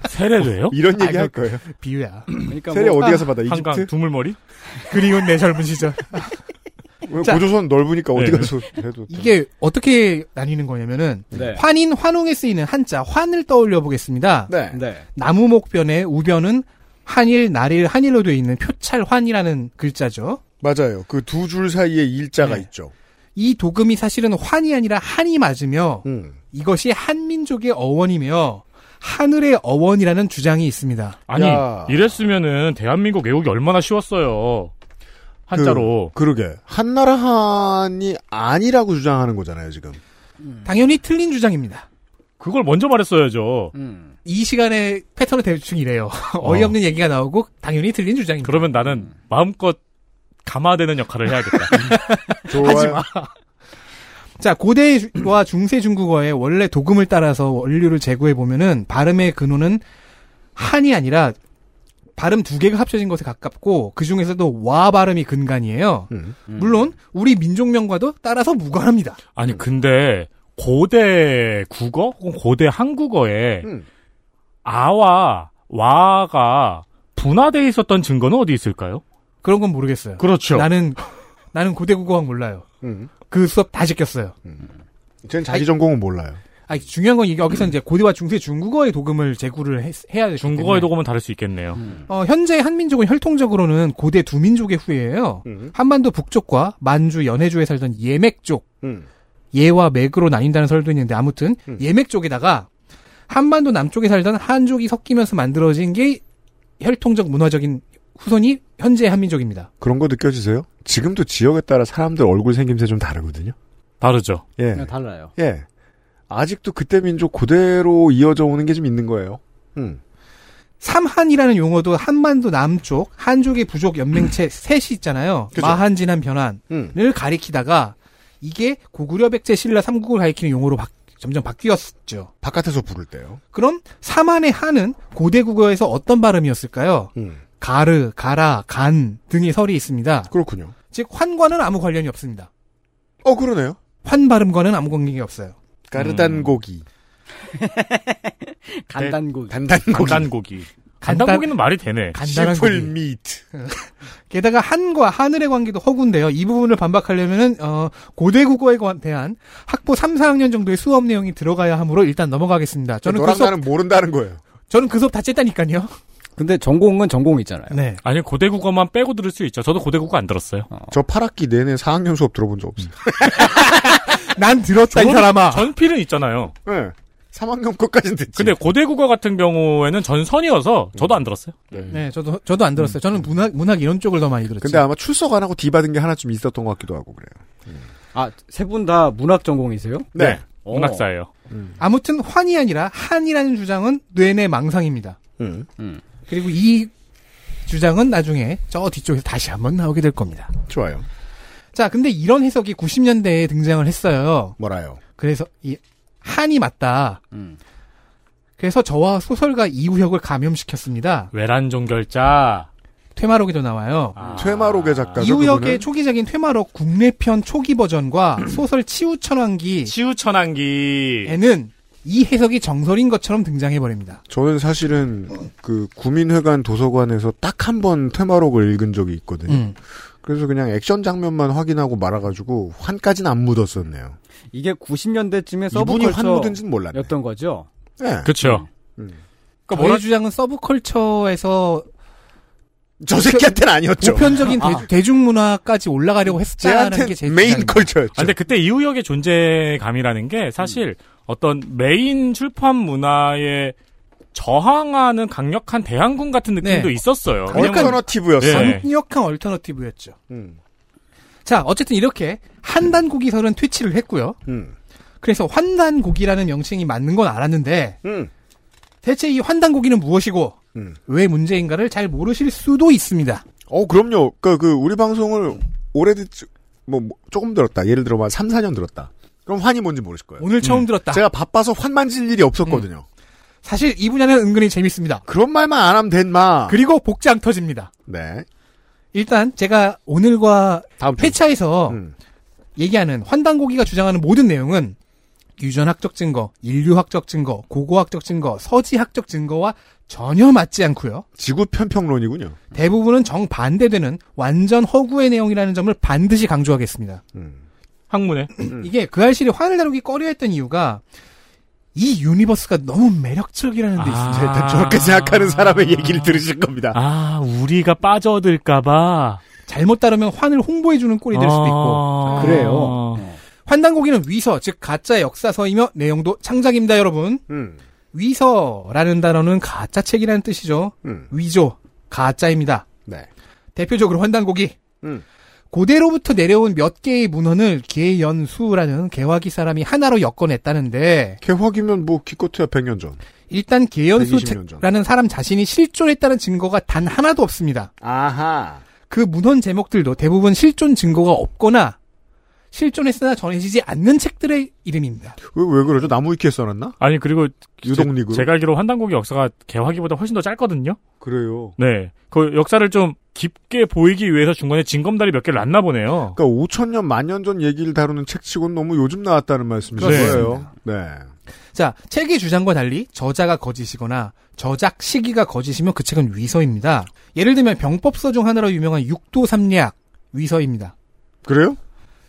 [SPEAKER 3] 세례도요?
[SPEAKER 2] 이런 얘기
[SPEAKER 4] 아이고,
[SPEAKER 2] 할 거예요.
[SPEAKER 4] 비유야.
[SPEAKER 8] 그러니까
[SPEAKER 2] 세례
[SPEAKER 8] 뭐,
[SPEAKER 2] 어디 가서
[SPEAKER 4] 아,
[SPEAKER 2] 받아? 이집트?
[SPEAKER 3] 어, 한강 두물머리?
[SPEAKER 4] 그리운 내 젊은 시절.
[SPEAKER 2] 왜
[SPEAKER 4] 자.
[SPEAKER 2] 고조선 넓으니까 어디
[SPEAKER 4] 네.
[SPEAKER 2] 가서 해도 돼.
[SPEAKER 4] 이게 어떻게 나뉘는 거냐면은
[SPEAKER 2] 네.
[SPEAKER 4] 환인 환웅에 쓰이는 한자 환을 떠올려 보겠습니다.
[SPEAKER 2] 네.
[SPEAKER 4] 나무목변의 우변은 한일 날일 한일로 되어 있는 표찰환이라는 글자죠.
[SPEAKER 2] 맞아요. 그 두 줄 사이에
[SPEAKER 4] 네.
[SPEAKER 2] 일자가 있죠.
[SPEAKER 4] 이 도금이 사실은 환이 아니라 한이 맞으며
[SPEAKER 2] 음.
[SPEAKER 4] 이것이 한민족의 어원이며 하늘의 어원이라는 주장이 있습니다.
[SPEAKER 3] 아니 이랬으면은 대한민국 애국이 얼마나 쉬웠어요. 한자로.
[SPEAKER 2] 그, 러게 한나라 한이 아니라고 주장하는 거잖아요, 지금.
[SPEAKER 4] 당연히 틀린 주장입니다.
[SPEAKER 3] 그걸 먼저 말했어야죠.
[SPEAKER 8] 음,
[SPEAKER 4] 이 시간에 패턴은 대충 이래요. 어이없는 얘기가 나오고 당연히 틀린 주장입니다.
[SPEAKER 3] 그러면 나는 마음껏 감화되는 역할을 해야겠다.
[SPEAKER 4] 하지 마. 자, 고대와 중세 중국어의 원래 도금을 따라서 원류를 제고해 보면은 발음의 근원은 한이 아니라 발음 두 개가 합쳐진 것에 가깝고 그 중에서도 와 발음이 근간이에요.
[SPEAKER 3] 음.
[SPEAKER 4] 물론 우리 민족명과도 따라서 무관합니다.
[SPEAKER 3] 아니 근데 고대 국어 혹은 고대 한국어에 아와 와가 분화돼 있었던 증거는 어디 있을까요?
[SPEAKER 4] 그런 건 모르겠어요.
[SPEAKER 3] 그렇죠. 음.
[SPEAKER 4] 나는 나는 고대 국어학 몰라요. 그 수업 다 제꼈어요.
[SPEAKER 2] 쟤는 자기 전공은 몰라요.
[SPEAKER 4] 아 중요한 건 이게 여기서 이제 고대와 중세 중국어의 도금을 제구를 했- 해야 되기
[SPEAKER 3] 중국어의
[SPEAKER 4] 때문에.
[SPEAKER 3] 도금은 다를 수 있겠네요.
[SPEAKER 4] 어, 현재 한민족은 혈통적으로는 고대 두 민족의 후예예요. 한반도 북쪽과 만주 연해주에 살던 예맥 쪽, 예와 맥으로 나뉜다는 설도 있는데 아무튼 예맥 쪽에다가 한반도 남쪽에 살던 한족이 섞이면서 만들어진 게 혈통적 문화적인 후손이 현재 한민족입니다.
[SPEAKER 2] 그런 거 느껴지세요? 지금도 지역에 따라 사람들 얼굴 생김새 좀 다르거든요.
[SPEAKER 3] 다르죠.
[SPEAKER 2] 예.
[SPEAKER 4] 아.
[SPEAKER 8] 달라요.
[SPEAKER 2] 예. 아직도 그때 민족 그대로 이어져 오는 게 좀 있는 거예요. 음.
[SPEAKER 4] 삼한이라는 용어도 한반도 남쪽 한족의 부족 연맹체 셋이 있잖아요. 마한진한 변한을
[SPEAKER 2] 음.
[SPEAKER 4] 가리키다가 이게 고구려 백제 신라 삼국을 가리키는 용어로 바- 점점 바뀌었죠.
[SPEAKER 2] 바깥에서 부를 때요.
[SPEAKER 4] 그럼 삼한의 한은 고대 국어에서 어떤 발음이었을까요? 가르, 가라, 간 등의 설이 있습니다.
[SPEAKER 2] 그렇군요.
[SPEAKER 4] 즉 환과는 아무 관련이 없습니다.
[SPEAKER 2] 어 그러네요.
[SPEAKER 4] 환 발음과는 아무 관계가 없어요.
[SPEAKER 2] 까르단고기.
[SPEAKER 8] 간단고기.
[SPEAKER 2] 네. 간단고기.
[SPEAKER 8] 아,
[SPEAKER 3] 간단고기. 간단고기는 말이 되네.
[SPEAKER 4] 간단한
[SPEAKER 2] 시플
[SPEAKER 4] 고기.
[SPEAKER 2] 미트.
[SPEAKER 4] 게다가 한과 하늘의 관계도 허구인데요. 이 부분을 반박하려면은 어, 고대 국어에 관- 대한 학부 3, 4학년 정도의 수업 내용이 들어가야 하므로 일단 넘어가겠습니다. 저는 그
[SPEAKER 2] 너랑
[SPEAKER 4] 수업
[SPEAKER 2] 나는 모른다는 거예요.
[SPEAKER 4] 저는 그 수업 다 쨌다니까요.
[SPEAKER 8] 근데 전공은 전공이 있잖아요.
[SPEAKER 4] 네.
[SPEAKER 3] 아니 고대 국어만 빼고 들을 수 있죠. 저도 고대 국어 안 들었어요.
[SPEAKER 2] 저 8학기 내내 4학년 수업 들어본 적 없어요.
[SPEAKER 4] 난 들었다 이
[SPEAKER 3] 저는
[SPEAKER 4] 사람아.
[SPEAKER 3] 전필은 있잖아요.
[SPEAKER 2] 네. 3학년 것까지는 듣지.
[SPEAKER 3] 근데 고대 국어 같은 경우에는 전선이어서 저도 안 들었어요.
[SPEAKER 4] 네, 저도 저도 안 들었어요. 저는 문학 문학 이런 쪽을 더 많이 들었죠.
[SPEAKER 2] 근데 아마 출석 안 하고 D 받은 게 하나쯤 있었던 것 같기도 하고 그래요.
[SPEAKER 8] 아, 세 분 다 문학 전공이세요?
[SPEAKER 2] 네.
[SPEAKER 8] 어.
[SPEAKER 3] 문학사예요.
[SPEAKER 4] 아무튼 환이 아니라 한이라는 주장은 뇌내 망상입니다.
[SPEAKER 2] 음.
[SPEAKER 4] 그리고 이 주장은 나중에 저 뒤쪽에서 다시 한번 나오게 될 겁니다.
[SPEAKER 2] 네. 좋아요.
[SPEAKER 4] 자, 근데 이런 해석이 90년대에 등장을 했어요.
[SPEAKER 2] 뭐라요?
[SPEAKER 4] 그래서 이 한이 맞다. 그래서 저와 소설가 이우혁을 감염시켰습니다.
[SPEAKER 3] 외란 종결자.
[SPEAKER 4] 퇴마록에도 나와요.
[SPEAKER 2] 퇴마록의 작가죠.
[SPEAKER 4] 이우혁의
[SPEAKER 2] 아, 그러니까 그분은? 음.
[SPEAKER 4] 초기적인 퇴마록 국내편 초기 버전과 소설 치우천왕기 치우천왕기에는 이 해석이 정설인 것처럼 등장해 버립니다.
[SPEAKER 2] 저는 사실은 그 구민회관 도서관에서 딱 한 번 테마록을 읽은 적이 있거든요.
[SPEAKER 4] 음.
[SPEAKER 2] 그래서 그냥 액션 장면만 확인하고 말아가지고 환까지는 안 묻었었네요.
[SPEAKER 8] 이게 90년대쯤에
[SPEAKER 2] 이분이 환 묻은지는 몰랐네.
[SPEAKER 8] 서브컬처였던 거죠.
[SPEAKER 2] 네.
[SPEAKER 3] 그렇죠.
[SPEAKER 4] 그러니까
[SPEAKER 8] 뭐라-
[SPEAKER 4] 저희 주장은 서브컬처에서
[SPEAKER 2] 저 새끼한테는 그렇죠. 아니었죠.
[SPEAKER 4] 보편적인 대,
[SPEAKER 3] 아.
[SPEAKER 4] 대중문화까지 올라가려고 했다는 게제
[SPEAKER 2] 컬처였죠.
[SPEAKER 3] 근데 그때 이우혁의 존재감이라는 게 사실
[SPEAKER 2] 음.
[SPEAKER 3] 어떤 메인 출판 문화에 저항하는 강력한 대항군 같은
[SPEAKER 2] 네.
[SPEAKER 3] 느낌도 있었어요. 그러니까 왜냐면- 예.
[SPEAKER 4] 강력한 얼터너티브였죠.
[SPEAKER 2] 음.
[SPEAKER 4] 자, 어쨌든 이렇게 한단고기설은 퇴치를 했고요. 그래서 환단고기라는 명칭이 맞는 건 알았는데 대체 이 환단고기는 무엇이고 왜 문제인가를 잘 모르실 수도 있습니다.
[SPEAKER 2] 어, 그럼요. 그, 그, 우리 방송을 오래됐지, 뭐, 뭐, 조금 들었다. 예를 들어, 뭐 한 3, 4년 들었다. 그럼 환이 뭔지 모르실 거예요.
[SPEAKER 4] 오늘 처음 들었다.
[SPEAKER 2] 제가 바빠서 환 만질 일이 없었거든요.
[SPEAKER 4] 사실 이 분야는 은근히 재밌습니다.
[SPEAKER 2] 그런 말만 안 하면 된 마.
[SPEAKER 4] 그리고 복지 안 터집니다.
[SPEAKER 2] 네.
[SPEAKER 4] 일단 제가 오늘과 회차에서 얘기하는 환단고기가 주장하는 모든 내용은 유전학적 증거, 인류학적 증거, 고고학적 증거, 서지학적 증거와 전혀 맞지 않고요.
[SPEAKER 2] 지구 편평론이군요.
[SPEAKER 4] 대부분은 정반대되는 완전 허구의 내용이라는 점을 반드시 강조하겠습니다.
[SPEAKER 3] 학문에
[SPEAKER 4] 이게 그 알실이 환을 다루기 꺼려했던 이유가 이 유니버스가 너무 매력적이라는 데 있습니다.
[SPEAKER 2] 일단 저렇게 생각하는 사람의 얘기를 들으실 겁니다.
[SPEAKER 3] 아, 우리가 빠져들까봐.
[SPEAKER 4] 잘못 따르면 환을 홍보해주는 꼴이 될 수도 있고.
[SPEAKER 3] 아, 그래요?
[SPEAKER 4] 환단고기는 위서, 즉, 가짜 역사서이며 내용도 창작입니다, 여러분.
[SPEAKER 2] 음.
[SPEAKER 4] 위서라는 단어는 가짜 책이라는 뜻이죠. 위조, 가짜입니다.
[SPEAKER 2] 음. 네.
[SPEAKER 4] 대표적으로 환단고기.
[SPEAKER 2] 음.
[SPEAKER 4] 고대로부터 내려온 몇 개의 문헌을 계연수라는 개화기 사람이 하나로 엮어냈다는데
[SPEAKER 2] 개화기면 뭐 기껏해야 100년 전.
[SPEAKER 4] 일단
[SPEAKER 2] 120년 전.
[SPEAKER 4] 계연수라는 사람 자신이 실존했다는 증거가 단 하나도 없습니다.
[SPEAKER 2] 아하.
[SPEAKER 4] 그 문헌 제목들도 대부분 실존 증거가 없거나 실존했으나 전해지지 않는 책들의 이름입니다.
[SPEAKER 2] 왜, 왜 그러죠? 나무위키에 써놨나?
[SPEAKER 3] 아니, 그리고.
[SPEAKER 2] 유동리그로?
[SPEAKER 3] 제, 가 알기로 환단고기 역사가 개화기보다 훨씬 더 짧거든요?
[SPEAKER 2] 그래요.
[SPEAKER 3] 네. 그 역사를 좀 깊게 보이기 위해서 중간에 징검다리 몇 개를 놨나 보네요.
[SPEAKER 2] 그러니까 5천년 만년 전 얘기를 다루는 책치곤 너무 요즘 나왔다는 말씀이신
[SPEAKER 3] 네.
[SPEAKER 2] 거예요. 네.
[SPEAKER 4] 자, 책의 주장과 달리 저자가 거짓이거나 저작 시기가 거짓이면 그 책은 위서입니다. 예를 들면 병법서 중 하나로 유명한 육도삼례학 위서입니다.
[SPEAKER 2] 그래요?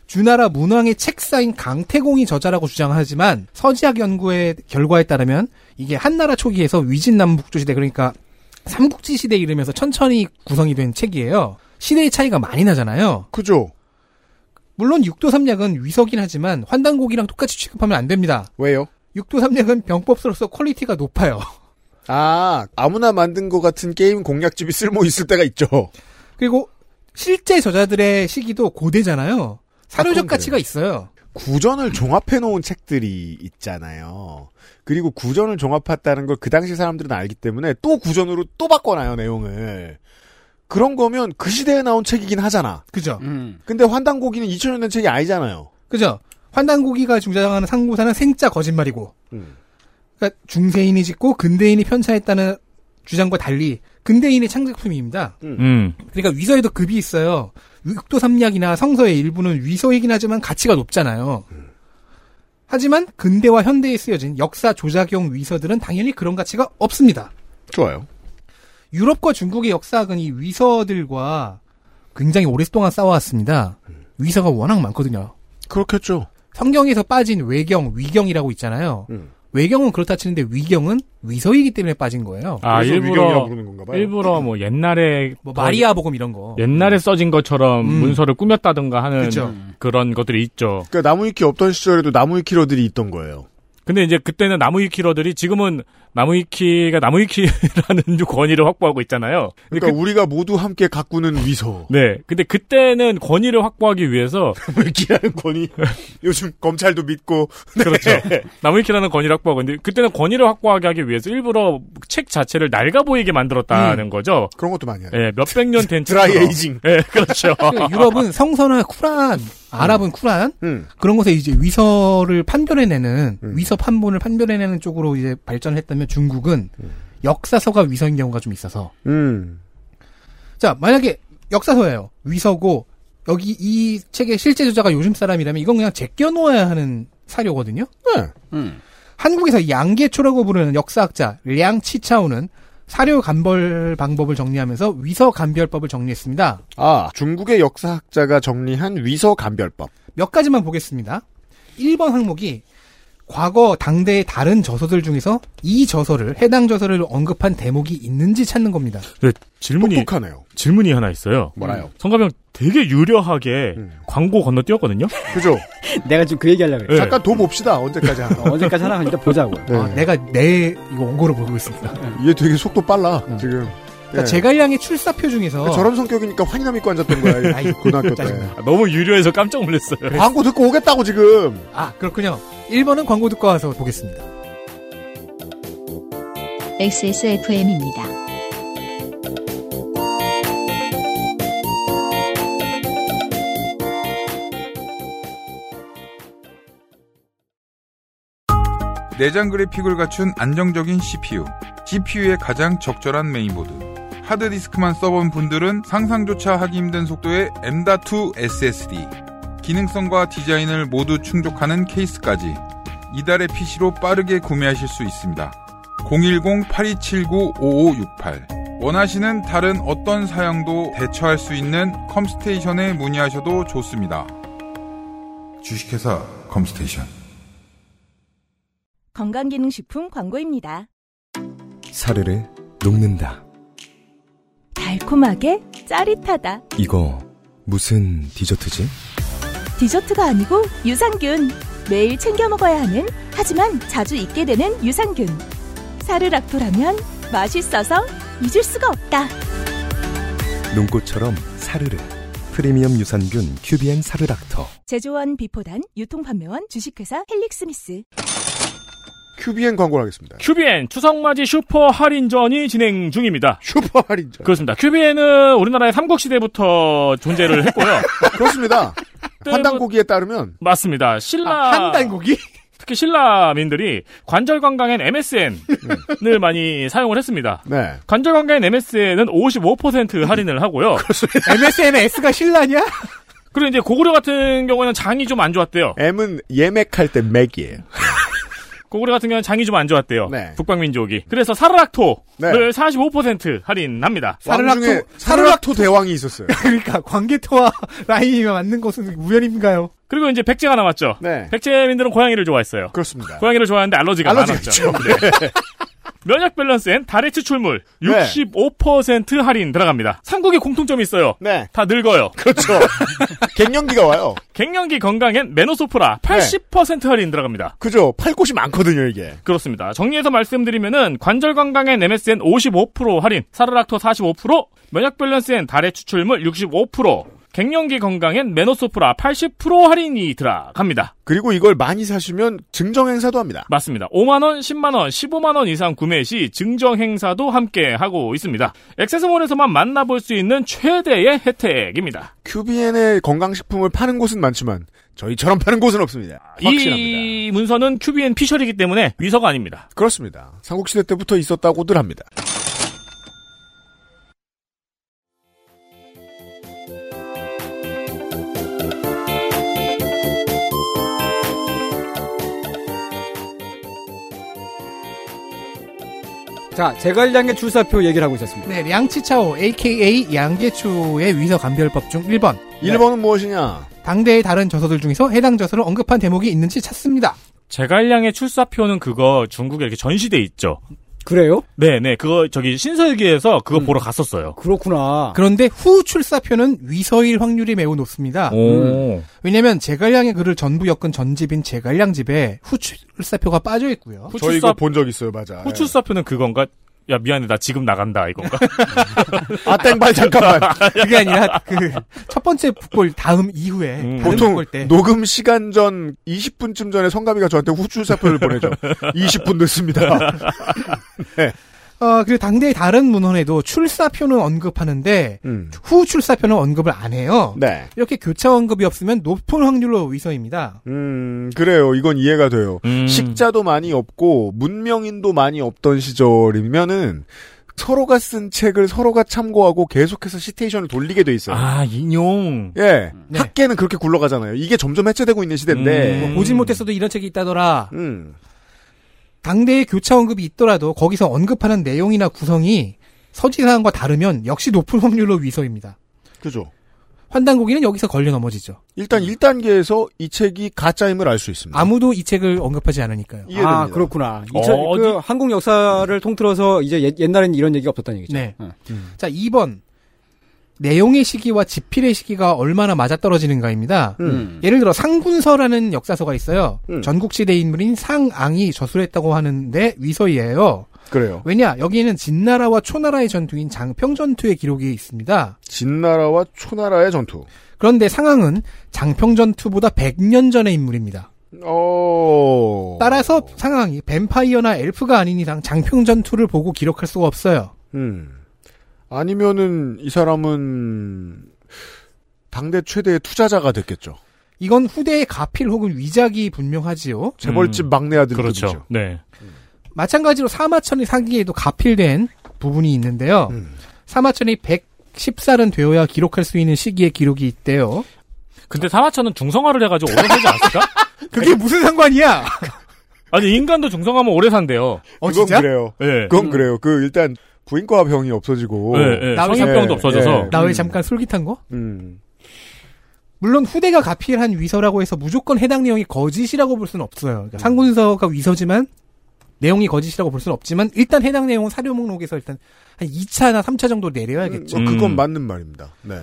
[SPEAKER 4] 주나라 문왕의 책사인 강태공이 저자라고 주장하지만 서지학 연구의 결과에 따르면 이게 한나라 초기에서 위진남북조 시대 그러니까 삼국지 시대 이름에서 천천히 구성이 된 책이에요. 시대의 차이가 많이 나잖아요.
[SPEAKER 2] 그죠.
[SPEAKER 4] 물론 육도삼략은 위서긴 하지만 환단곡이랑 똑같이 취급하면 안 됩니다.
[SPEAKER 2] 왜요?
[SPEAKER 4] 육도삼략은 병법서로서 퀄리티가 높아요.
[SPEAKER 2] 아, 아무나 만든 것 같은 게임 공략집이 쓸모 있을 때가 있죠.
[SPEAKER 4] 그리고 실제 저자들의 시기도 고대잖아요. 사료적
[SPEAKER 2] 그건
[SPEAKER 4] 가치가
[SPEAKER 2] 그래요.
[SPEAKER 4] 있어요.
[SPEAKER 2] 구전을 종합해 놓은 책들이 있잖아요. 그리고 구전을 종합했다는 걸 그 당시 사람들은 알기 때문에 또 구전으로 또 바꿔놔요, 내용을. 그런 거면 그 시대에 나온 책이긴 하잖아.
[SPEAKER 4] 그죠?
[SPEAKER 2] 근데 환단고기는 2000년 된 책이 아니잖아요.
[SPEAKER 4] 그죠? 환단고기가 중자장하는 상고사는 생짜 거짓말이고,
[SPEAKER 2] 음.
[SPEAKER 4] 그러니까 중세인이 짓고 근대인이 편차했다는 주장과 달리 근대인의 창작품입니다.
[SPEAKER 3] 음.
[SPEAKER 4] 그러니까 위서에도 급이 있어요. 육도삼략이나 성서의 일부는 위서이긴 하지만 가치가 높잖아요. 하지만 근대와 현대에 쓰여진 역사 조작용 위서들은 당연히 그런 가치가 없습니다.
[SPEAKER 2] 좋아요.
[SPEAKER 4] 유럽과 중국의 역사학은 이 위서들과 굉장히 오랫동안 싸워왔습니다. 위서가 워낙 많거든요.
[SPEAKER 2] 그렇겠죠.
[SPEAKER 4] 성경에서 빠진 외경, 위경이라고 있잖아요.
[SPEAKER 3] 음.
[SPEAKER 4] 외경은 그렇다 치는데 위경은 위서이기 때문에 빠진 거예요.
[SPEAKER 3] 아, 일부러,
[SPEAKER 4] 봐요.
[SPEAKER 3] 일부러 뭐 옛날에.
[SPEAKER 4] 뭐 마리아 복음 그렇죠. 이런 거.
[SPEAKER 3] 옛날에 써진 것처럼
[SPEAKER 4] 음.
[SPEAKER 3] 문서를 꾸몄다던가 하는
[SPEAKER 4] 그쵸.
[SPEAKER 3] 그런 것들이 있죠.
[SPEAKER 2] 그러니까 나무위키 없던 시절에도 나무위키러들이 있던 거예요.
[SPEAKER 3] 근데 이제 그때는 나무위키러들이 지금은 나무위키가 나무위키라는 권위를 확보하고 있잖아요. 근데
[SPEAKER 2] 그러니까 우리가 모두 함께 가꾸는 위서.
[SPEAKER 3] 네. 근데 그때는 권위를 확보하기 위해서
[SPEAKER 2] 나무위키라는 권위. 요즘 검찰도 믿고.
[SPEAKER 3] 그렇죠. 나무위키라는 권위를 확보하고 있는데 그때는 권위를 확보하게 하기 위해서 일부러 책 자체를 낡아 보이게 만들었다는 거죠.
[SPEAKER 2] 그런 것도 많이 하죠.
[SPEAKER 3] 예, 몇백 년 된
[SPEAKER 2] 음. 드라이
[SPEAKER 3] 책처럼.
[SPEAKER 2] 에이징.
[SPEAKER 3] 예, 그렇죠.
[SPEAKER 4] 그 유럽은 성서나 쿠란,
[SPEAKER 3] 음.
[SPEAKER 4] 아랍은 쿠란
[SPEAKER 2] 음.
[SPEAKER 4] 그런 곳에 이제 위서를 판별해내는
[SPEAKER 3] 음.
[SPEAKER 4] 위서 판본을 판별해내는 쪽으로 이제
[SPEAKER 3] 음.
[SPEAKER 4] 발전을 했다면 중국은 역사서가 위서인 경우가 좀 있어서
[SPEAKER 2] 음.
[SPEAKER 4] 자, 만약에 역사서예요. 위서고 여기 이 책의 실제 저자가 요즘 사람이라면 이건 그냥 제껴 놓아야 하는 사료거든요.
[SPEAKER 2] 네.
[SPEAKER 4] 한국에서 양계초라고 부르는 역사학자 량치차오는 사료 간벌 방법을 정리하면서 위서 간별법을 정리했습니다.
[SPEAKER 2] 아, 중국의 역사학자가 정리한 위서 간별법.
[SPEAKER 4] 몇 가지만 보겠습니다. 1번 항목이 과거 당대의 다른 저서들 중에서 이 저서를 해당 저서를 언급한 대목이 있는지 찾는 겁니다.
[SPEAKER 3] 네, 질문이
[SPEAKER 2] 똑똑하네요.
[SPEAKER 3] 질문이 하나 있어요.
[SPEAKER 2] 뭐라요?
[SPEAKER 3] 성가병 되게 유려하게 광고 건너뛰었거든요. 예.
[SPEAKER 2] 그죠?
[SPEAKER 8] 내가 지금 그 얘기하려고
[SPEAKER 3] 그래요.
[SPEAKER 2] 잠깐 둬 봅시다. 언제까지 하나.
[SPEAKER 8] 언제까지 하나 일단 보자고요.
[SPEAKER 2] 네.
[SPEAKER 4] 아, 내가 내 이거 원고를 보고 있습니다.
[SPEAKER 2] 얘 되게 속도 빨라 지금. 예.
[SPEAKER 4] 그러니까 제갈량의 출사표 중에서
[SPEAKER 2] 네. 저런 성격이니까 환희남 입고 앉았던 거야. 이
[SPEAKER 4] 아이,
[SPEAKER 2] 고등학교 때.
[SPEAKER 4] 짜증나.
[SPEAKER 3] 너무 유려해서 깜짝 놀랐어요.
[SPEAKER 2] 광고 듣고 오겠다고 지금.
[SPEAKER 4] 아, 그렇군요. 1번은 광고 듣고 와서 보겠습니다.
[SPEAKER 10] XSFM입니다.
[SPEAKER 11] 내장 그래픽을 갖춘 안정적인 CPU, GPU에 가장 적절한 메인보드. 하드디스크만 써본 분들은 상상조차 하기 힘든 속도의 M.2 SSD. 기능성과 디자인을 모두 충족하는 케이스까지 이달의 PC로 빠르게 구매하실 수 있습니다. 010-8279-5568. 원하시는 다른 어떤 사양도 대처할 수 있는 컴스테이션에 문의하셔도 좋습니다. 주식회사 컴스테이션.
[SPEAKER 5] 건강기능식품 광고입니다.
[SPEAKER 15] 사르르 녹는다.
[SPEAKER 5] 달콤하게 짜릿하다.
[SPEAKER 15] 이거 무슨 디저트지?
[SPEAKER 5] 디저트가 아니고 유산균. 매일 챙겨 먹어야 하는 하지만 자주 잊게 되는 유산균. 사르락토라면 맛있어서 잊을 수가 없다.
[SPEAKER 15] 눈꽃처럼 사르르 프리미엄 유산균 큐비엔 사르닥터.
[SPEAKER 5] 제조원 비포단 유통판매원 주식회사 헬릭스미스.
[SPEAKER 2] 큐비엔 광고를 하겠습니다.
[SPEAKER 3] 큐비엔 추석맞이 슈퍼 할인전이 진행 중입니다.
[SPEAKER 2] 슈퍼 할인전.
[SPEAKER 3] 그렇습니다. 큐비엔은 우리나라의 삼국시대부터 존재를 했고요.
[SPEAKER 2] 그렇습니다. 환단고기에 따르면
[SPEAKER 3] 맞습니다. 신라
[SPEAKER 4] 한단고기
[SPEAKER 3] 특히 신라민들이 관절 건강엔 MSN을 많이 사용을 했습니다.
[SPEAKER 2] 네.
[SPEAKER 3] 관절 건강엔 MSN은 55% 할인을 하고요.
[SPEAKER 4] MSN의 S가 신라냐?
[SPEAKER 3] 그리고 이제 고구려 같은 경우에는 장이 좀 안 좋았대요.
[SPEAKER 2] M은 예맥할 때 맥이에요.
[SPEAKER 3] 고구려 같은 경우는 장이 좀 안 좋았대요.
[SPEAKER 2] 네.
[SPEAKER 3] 북방민족이. 그래서 사르락토를
[SPEAKER 2] 네.
[SPEAKER 3] 45% 할인합니다.
[SPEAKER 2] 왕중에 사르락토 대왕이 있었어요.
[SPEAKER 4] 그러니까 관계토와 라인이 맞는 것은 우연인가요?
[SPEAKER 3] 그리고 이제 백제가 남았죠. 백제민들은 고양이를 좋아했어요.
[SPEAKER 2] 네. 그렇습니다.
[SPEAKER 3] 고양이를 좋아하는데 알러지가
[SPEAKER 2] 알러지가
[SPEAKER 3] 많았죠. 네. 면역 밸런스엔 달의 추출물
[SPEAKER 2] 네.
[SPEAKER 3] 65% 할인 들어갑니다. 삼국의 공통점이 있어요. 다 늙어요.
[SPEAKER 2] 네. 그렇죠. 갱년기가 와요.
[SPEAKER 3] 갱년기 건강엔 메노소프라 80% 할인 들어갑니다.
[SPEAKER 2] 그죠? 팔 곳이 많거든요, 이게.
[SPEAKER 3] 그렇습니다. 정리해서 말씀드리면은 관절 건강엔 MSN 55% 할인, 사르락토 45%, 면역 밸런스엔 달의 추출물 65%, 갱년기 건강엔 메노소프라 80% 할인이 들어갑니다.
[SPEAKER 2] 그리고 이걸 많이 사시면 증정 행사도 합니다.
[SPEAKER 3] 맞습니다. 5만원, 10만원, 15만원 이상 구매 시 증정 행사도 함께 하고 있습니다. 액세스몰에서만 만나볼 수 있는 최대의 혜택입니다.
[SPEAKER 2] 큐비엔의 건강식품을 파는 곳은 많지만 저희처럼 파는 곳은 없습니다. 확실합니다.
[SPEAKER 3] 아, 이 문서는 큐비엔 피셜이기 때문에 위서가 아닙니다.
[SPEAKER 2] 그렇습니다. 삼국시대 때부터 있었다고들 합니다.
[SPEAKER 8] 자, 제갈량의 출사표 얘기를 하고 있었습니다.
[SPEAKER 4] 네, 량치차오 AKA 양계초의 위서 간별법 중 1번.
[SPEAKER 3] 네.
[SPEAKER 2] 1번은 무엇이냐?
[SPEAKER 4] 당대의 다른 저서들 중에서 해당 저서를 언급한 대목이 있는지 찾습니다.
[SPEAKER 3] 제갈량의 출사표는 그거 중국에 이렇게 전시돼 있죠.
[SPEAKER 8] 그래요?
[SPEAKER 3] 네네. 그거 저기 신설기에서 그거 보러 갔었어요.
[SPEAKER 8] 그렇구나.
[SPEAKER 4] 그런데 후 출사표는 위서일 확률이 매우 높습니다.
[SPEAKER 3] 오.
[SPEAKER 2] 음.
[SPEAKER 4] 왜냐면 제갈량의 글을 전부 엮은 전집인 제갈량 집에 후 출사표가 빠져 있고요.
[SPEAKER 3] 후
[SPEAKER 2] 저
[SPEAKER 3] 출사-
[SPEAKER 2] 이거 본 적 있어요, 맞아.
[SPEAKER 3] 후 출사표는 그건가? 야 미안해 나 지금 나간다 이건가?
[SPEAKER 2] 아, 땡발, 잠깐만.
[SPEAKER 4] 그게 아니라 그 첫 번째 북골 다음 이후에 다른
[SPEAKER 2] 보통
[SPEAKER 4] 북골 때
[SPEAKER 2] 녹음 시간 전 20분쯤 전에 성가비가 저한테 후출사표를 보내죠. 20분 늦습니다. 네.
[SPEAKER 4] 어, 그리고 당대의 다른 문헌에도 출사표는 언급하는데 후 출사표는 언급을 안 해요.
[SPEAKER 2] 음. 네.
[SPEAKER 4] 이렇게 교차 언급이 없으면 높은 확률로 위서입니다.
[SPEAKER 2] 음, 그래요. 이건 이해가
[SPEAKER 4] 음.
[SPEAKER 2] 돼요. 식자도 많이 없고, 문명인도 많이 없던 시절이면은, 서로가 쓴 책을 서로가 참고하고 계속해서 시테이션을 돌리게 돼 있어요.
[SPEAKER 3] 아, 인용.
[SPEAKER 2] 예. 학계는 그렇게 굴러가잖아요. 이게 점점 해체되고 있는 시대인데.
[SPEAKER 4] 뭐 보진 못했어도 이런 책이 있다더라.
[SPEAKER 2] 음.
[SPEAKER 4] 당대의 교차 언급이 있더라도 거기서 언급하는 내용이나 구성이 서지사항과 다르면 역시 높은 확률로 위서입니다.
[SPEAKER 2] 그죠. 음.
[SPEAKER 4] 환단고기는 여기서 걸려 넘어지죠.
[SPEAKER 2] 일단 1단계에서 이 책이 가짜임을 알 수 있습니다.
[SPEAKER 4] 아무도 이 책을 언급하지 않으니까요.
[SPEAKER 8] 아, 그렇구나. 이차- 그 한국 역사를 통틀어서 이제 옛- 옛날에는 이런 얘기가 없었다는 얘기죠.
[SPEAKER 4] 네. 자, 2번. 내용의 시기와 지필의 시기가 얼마나 맞아떨어지는가입니다.
[SPEAKER 8] 음.
[SPEAKER 4] 예를 들어 상군서라는 역사서가 있어요.
[SPEAKER 8] 음.
[SPEAKER 4] 전국시대 인물인 상앙이 저술했다고 하는데 위서이에요.
[SPEAKER 2] 그래요.
[SPEAKER 4] 왜냐 여기에는 진나라와 초나라의 전투인 장평전투의 기록이 있습니다.
[SPEAKER 2] 진나라와 초나라의 전투.
[SPEAKER 4] 그런데 상황은 장평전투보다 100년 전의 인물입니다.
[SPEAKER 2] 어.
[SPEAKER 4] 따라서 상황이 뱀파이어나 엘프가 아닌 이상 장평전투를 보고 기록할 수가 없어요.
[SPEAKER 2] 음. 아니면은 이 사람은 당대 최대의 투자자가 됐겠죠.
[SPEAKER 4] 이건 후대의 가필 혹은 위작이 분명하지요. 음.
[SPEAKER 2] 재벌집 막내 아들
[SPEAKER 3] 그렇죠.
[SPEAKER 2] 급이죠.
[SPEAKER 3] 네.
[SPEAKER 4] 마찬가지로 사마천의 사기에도 가필된 부분이 있는데요. 사마천이 110살은 되어야 기록할 수 있는 시기의 기록이 있대요.
[SPEAKER 3] 근데 사마천은 중성화를 해가지고 오래 살지 않았을까?
[SPEAKER 4] 그게 무슨 상관이야?
[SPEAKER 3] 아니, 인간도 중성화하면 오래 산대요.
[SPEAKER 4] 어,
[SPEAKER 3] 네.
[SPEAKER 2] 그건 그래요.
[SPEAKER 4] 네. 음.
[SPEAKER 2] 그건 그래요. 그 일단 부인과합 형이 없어지고
[SPEAKER 3] 예,
[SPEAKER 4] 네.
[SPEAKER 3] 예. 성인병도 없어져서.
[SPEAKER 4] 나 왜
[SPEAKER 2] 음.
[SPEAKER 4] 잠깐 솔깃한 거?
[SPEAKER 2] 음.
[SPEAKER 4] 물론 후대가 가필한 위서라고 해서 무조건 해당 내용이 거짓이라고 볼 수는 없어요. 그러니까 상군서가 위서지만 내용이 거짓이라고 볼 수는 없지만 일단 해당 내용은 사료 목록에서 일단 한 2차나 3차 정도 내려야겠죠. 음.
[SPEAKER 2] 뭐 그건 맞는 말입니다. 네.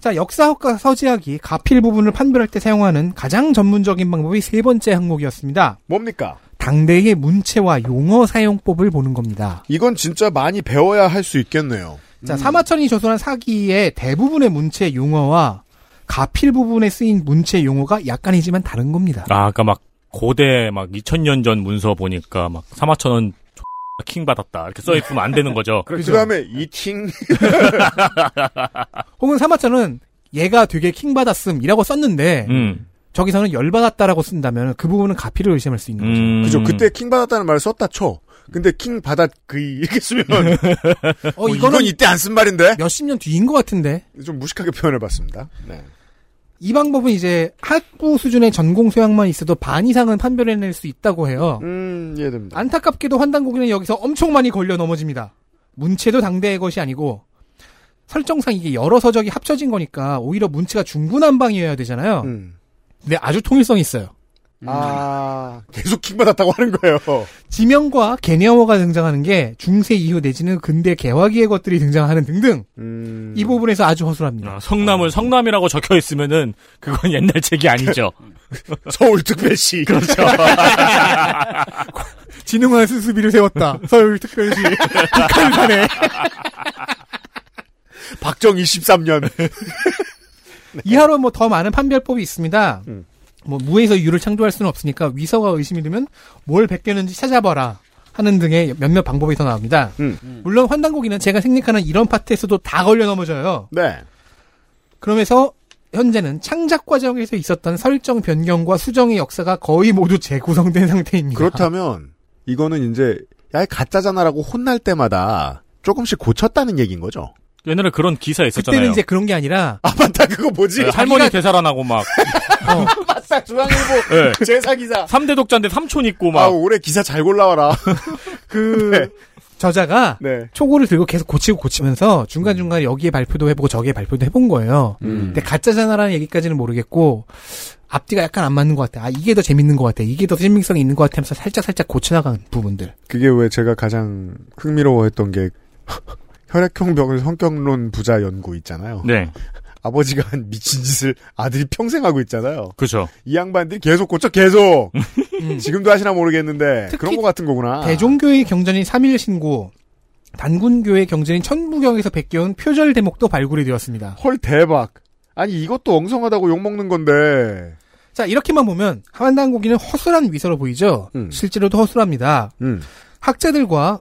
[SPEAKER 4] 자, 역사학과 서지학이 가필 부분을 판별할 때 사용하는 가장 전문적인 방법이 세 번째 항목이었습니다.
[SPEAKER 2] 뭡니까?
[SPEAKER 4] 당대의 문체와 용어 사용법을 보는 겁니다.
[SPEAKER 2] 이건 진짜 많이 배워야 할 수 있겠네요.
[SPEAKER 4] 자, 사마천이 저술한 사기의 대부분의 문체 용어와 가필 부분에 쓰인 문체 용어가 약간이지만 다른 겁니다.
[SPEAKER 3] 아, 아까 막 고대 막 2000년 전 문서 보니까 막 사마천은 킹 받았다 이렇게 써 있으면 안 되는 거죠.
[SPEAKER 4] 그렇죠.
[SPEAKER 2] 그 다음에 이팅
[SPEAKER 4] 혹은 사마천은 얘가 되게 킹받았음이라고 썼는데 저기서는 열받았다라고 쓴다면 그 부분은 가필을 의심할 수 있는 거죠.
[SPEAKER 2] 그죠. 그때 킹 받았다는 말을 썼다 쳐. 근데 킹 받았 그 이렇게 쓰면
[SPEAKER 4] 어,
[SPEAKER 2] 어,
[SPEAKER 4] 이거는
[SPEAKER 2] 이건 이때 안 쓴 말인데
[SPEAKER 4] 몇십 년 뒤인 것 같은데
[SPEAKER 2] 좀 무식하게 표현해봤습니다. 네.
[SPEAKER 4] 이 방법은 이제 학부 수준의 전공 소양만 있어도 반 이상은 판별해낼 수 있다고 해요.
[SPEAKER 2] 음, 이해됩니다.
[SPEAKER 4] 안타깝게도 환단고기는 여기서 엄청 많이 걸려 넘어집니다. 문체도 당대의 것이 아니고 설정상 이게 여러 서적이 합쳐진 거니까 오히려 문체가 중구난방이어야 되잖아요.
[SPEAKER 2] 음.
[SPEAKER 4] 근데 아주 통일성이 있어요.
[SPEAKER 2] 아 계속 킹 받았다고 하는 거예요.
[SPEAKER 4] 지명과 개념어가 등장하는 게 중세 이후 내지는 근대 개화기의 것들이 등장하는 등등 이 부분에서 음. 아주 허술합니다.
[SPEAKER 3] 음.
[SPEAKER 2] 어.
[SPEAKER 3] 성남을 성남이라고 적혀 있으면은 그건 옛날 책이 아니죠.
[SPEAKER 2] 서울 특별시
[SPEAKER 3] 그렇죠.
[SPEAKER 4] 진흥한 수수비를 세웠다. 서울특별시 북한산에
[SPEAKER 2] 박정 23년
[SPEAKER 4] 이하로 뭐 더 많은 판별법이 있습니다.
[SPEAKER 2] 음.
[SPEAKER 4] 뭐 무에서 유를 창조할 수는 없으니까 위서가 의심이 되면 뭘 베꼈는지 찾아봐라 하는 등의 몇몇 방법이 더 나옵니다.
[SPEAKER 2] 음.
[SPEAKER 4] 물론 환단고기는 제가 생략하는 이런 파트에서도 다 걸려 넘어져요.
[SPEAKER 2] 네.
[SPEAKER 4] 그러면서 현재는 창작 과정에서 있었던 설정 변경과 수정의 역사가 거의 모두 재구성된 상태입니다.
[SPEAKER 2] 그렇다면 이거는 이제 야 가짜잖아라고 혼날 때마다 조금씩 고쳤다는 얘기인 거죠.
[SPEAKER 3] 옛날에 그런 기사 있었잖아요.
[SPEAKER 4] 그때는 이제 그런 게 아니라
[SPEAKER 2] 아 맞다 그거 뭐지?
[SPEAKER 3] 네, 할머니 되살아나고 막
[SPEAKER 2] 맞다 중앙일보
[SPEAKER 3] 네.
[SPEAKER 2] 제사 기사.
[SPEAKER 3] 3대 독자인데 삼촌 있고 막
[SPEAKER 2] 아 올해 기사 잘 골라와라.
[SPEAKER 4] 그 저자가
[SPEAKER 2] 네.
[SPEAKER 4] 초고를 들고 계속 고치고 고치면서 중간중간 여기에 발표도 해보고 저기에 발표도 해본 거예요.
[SPEAKER 8] 음.
[SPEAKER 4] 근데 가짜잖아라는 얘기까지는 모르겠고 앞뒤가 약간 안 맞는 것 같아. 아 이게 더 재밌는 것 같아. 이게 더 신빙성이 있는 것 같아면서 살짝 살짝 고쳐나간 부분들.
[SPEAKER 2] 그게 왜 제가 가장 흥미로워했던 게 혈액형 병을 성격론 부자 연구 있잖아요.
[SPEAKER 3] 네.
[SPEAKER 2] 아버지가 한 미친 짓을 아들이 평생 하고 있잖아요.
[SPEAKER 3] 그죠.
[SPEAKER 2] 이 양반들이 계속 고쳐 계속 지금도 하시나 모르겠는데 그런 것 같은 거구나.
[SPEAKER 4] 대종교의 경전인 3일 신고, 단군교의 경전인 천부경에서 베껴온 표절 대목도 발굴이 되었습니다.
[SPEAKER 2] 헐 대박. 아니 이것도 엉성하다고 욕 먹는 건데.
[SPEAKER 4] 자 이렇게만 보면 한단고기는 허술한 위서로 보이죠. 실제로도 허술합니다. 학자들과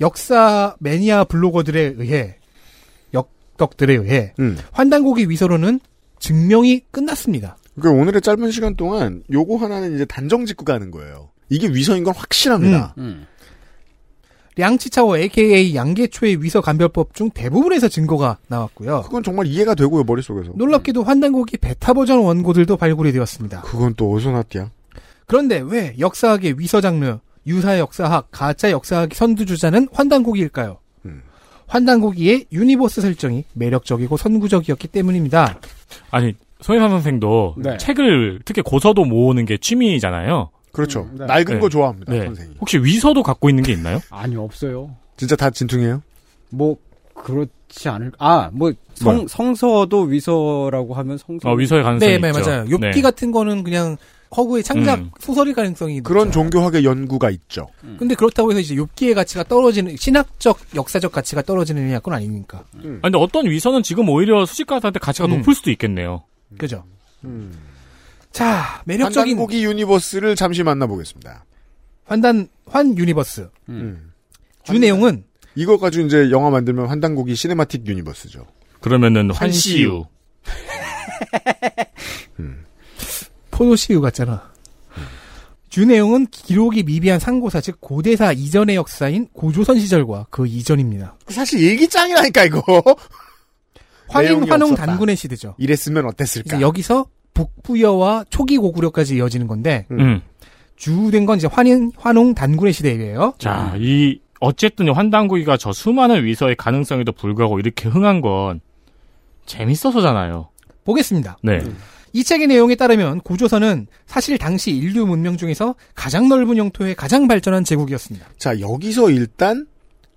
[SPEAKER 4] 역사 매니아 블로거들에 의해 역덕들에 의해 환단고기 위서로는 증명이 끝났습니다.
[SPEAKER 2] 그러니까 오늘의 짧은 시간 동안 요거 하나는 이제 단정 짓고 가는 거예요. 이게 위선인 건 확실합니다.
[SPEAKER 4] 량치차오 AKA 양계초의 위서 감별법 중 대부분에서 증거가 나왔고요.
[SPEAKER 2] 그건 정말 이해가 되고요 머릿속에서.
[SPEAKER 4] 놀랍게도 환단곡이 베타 버전 원고들도 발굴이 되었습니다.
[SPEAKER 2] 그건 또 어디서 났디야?
[SPEAKER 4] 그런데 왜 역사학의 위서 장르, 유사 역사학, 가짜 역사학 선두주자는 환단곡이일까요? 환단곡이의 유니버스 설정이 매력적이고 선구적이었기 때문입니다.
[SPEAKER 3] 아니 소혜산 선생도
[SPEAKER 4] 네.
[SPEAKER 3] 책을 특히 고서도 모으는 게 취미잖아요.
[SPEAKER 2] 그렇죠.
[SPEAKER 4] 음, 네.
[SPEAKER 2] 낡은 거 좋아합니다,
[SPEAKER 3] 선생님. 혹시 위서도 갖고 있는 게 있나요?
[SPEAKER 8] 아니 없어요.
[SPEAKER 2] 진짜 다 진퉁이에요?
[SPEAKER 8] 뭐 그렇지 않을 아뭐
[SPEAKER 3] 뭐요?
[SPEAKER 8] 성 성서도 네. 아, 위서라고 하면 성서
[SPEAKER 3] 어, 위서의 가능성이
[SPEAKER 4] 네, 네, 맞아요. 욥기 같은 거는 그냥 허구의 창작
[SPEAKER 8] 음.
[SPEAKER 4] 소설일 가능성이
[SPEAKER 2] 그런 종교학의 연구가 있죠.
[SPEAKER 4] 근데 그렇다고 해서 이제 욥기의 가치가 떨어지는 신학적 역사적 가치가 떨어지는 약은 아니니까.
[SPEAKER 3] 아니, 근데 어떤 위서는 지금 오히려 수집가한테 가치가
[SPEAKER 4] 음.
[SPEAKER 3] 높을 수도 있겠네요.
[SPEAKER 4] 그죠.
[SPEAKER 2] 음.
[SPEAKER 4] 자, 매력적인
[SPEAKER 2] 고기 유니버스를 잠시 만나보겠습니다.
[SPEAKER 4] 환단 환 유니버스.
[SPEAKER 2] 음.
[SPEAKER 4] 주 내용은
[SPEAKER 2] 이거 가지고 이제 영화 만들면 환단고기 시네마틱 유니버스죠.
[SPEAKER 3] 그러면은
[SPEAKER 2] 환시유.
[SPEAKER 4] 포도시우 같잖아. 주 내용은 기록이 미비한 상고사 즉 고대사 이전의 역사인 고조선 시절과 그 이전입니다.
[SPEAKER 2] 사실 얘기 짱이라니까 이거.
[SPEAKER 4] 환인
[SPEAKER 2] 내용이
[SPEAKER 4] 환웅
[SPEAKER 2] 없었다. 그러니까.
[SPEAKER 4] 단군의 시대죠.
[SPEAKER 2] 이랬으면 어땠을까?
[SPEAKER 4] 이제 여기서 북부여와 초기 고구려까지 이어지는 건데
[SPEAKER 3] 음.
[SPEAKER 4] 주된 건 이제 환인 환웅 단군의 시대예요.
[SPEAKER 3] 자, 이 어쨌든 환단고기가 저 수많은 위서의 가능성에도 불구하고 이렇게 흥한 건 재밌어서잖아요.
[SPEAKER 4] 보겠습니다.
[SPEAKER 3] 네.
[SPEAKER 4] 이 책의 내용에 따르면 고조선은 사실 당시 인류 문명 중에서 가장 넓은 영토에 가장 발전한 제국이었습니다.
[SPEAKER 2] 자, 여기서 일단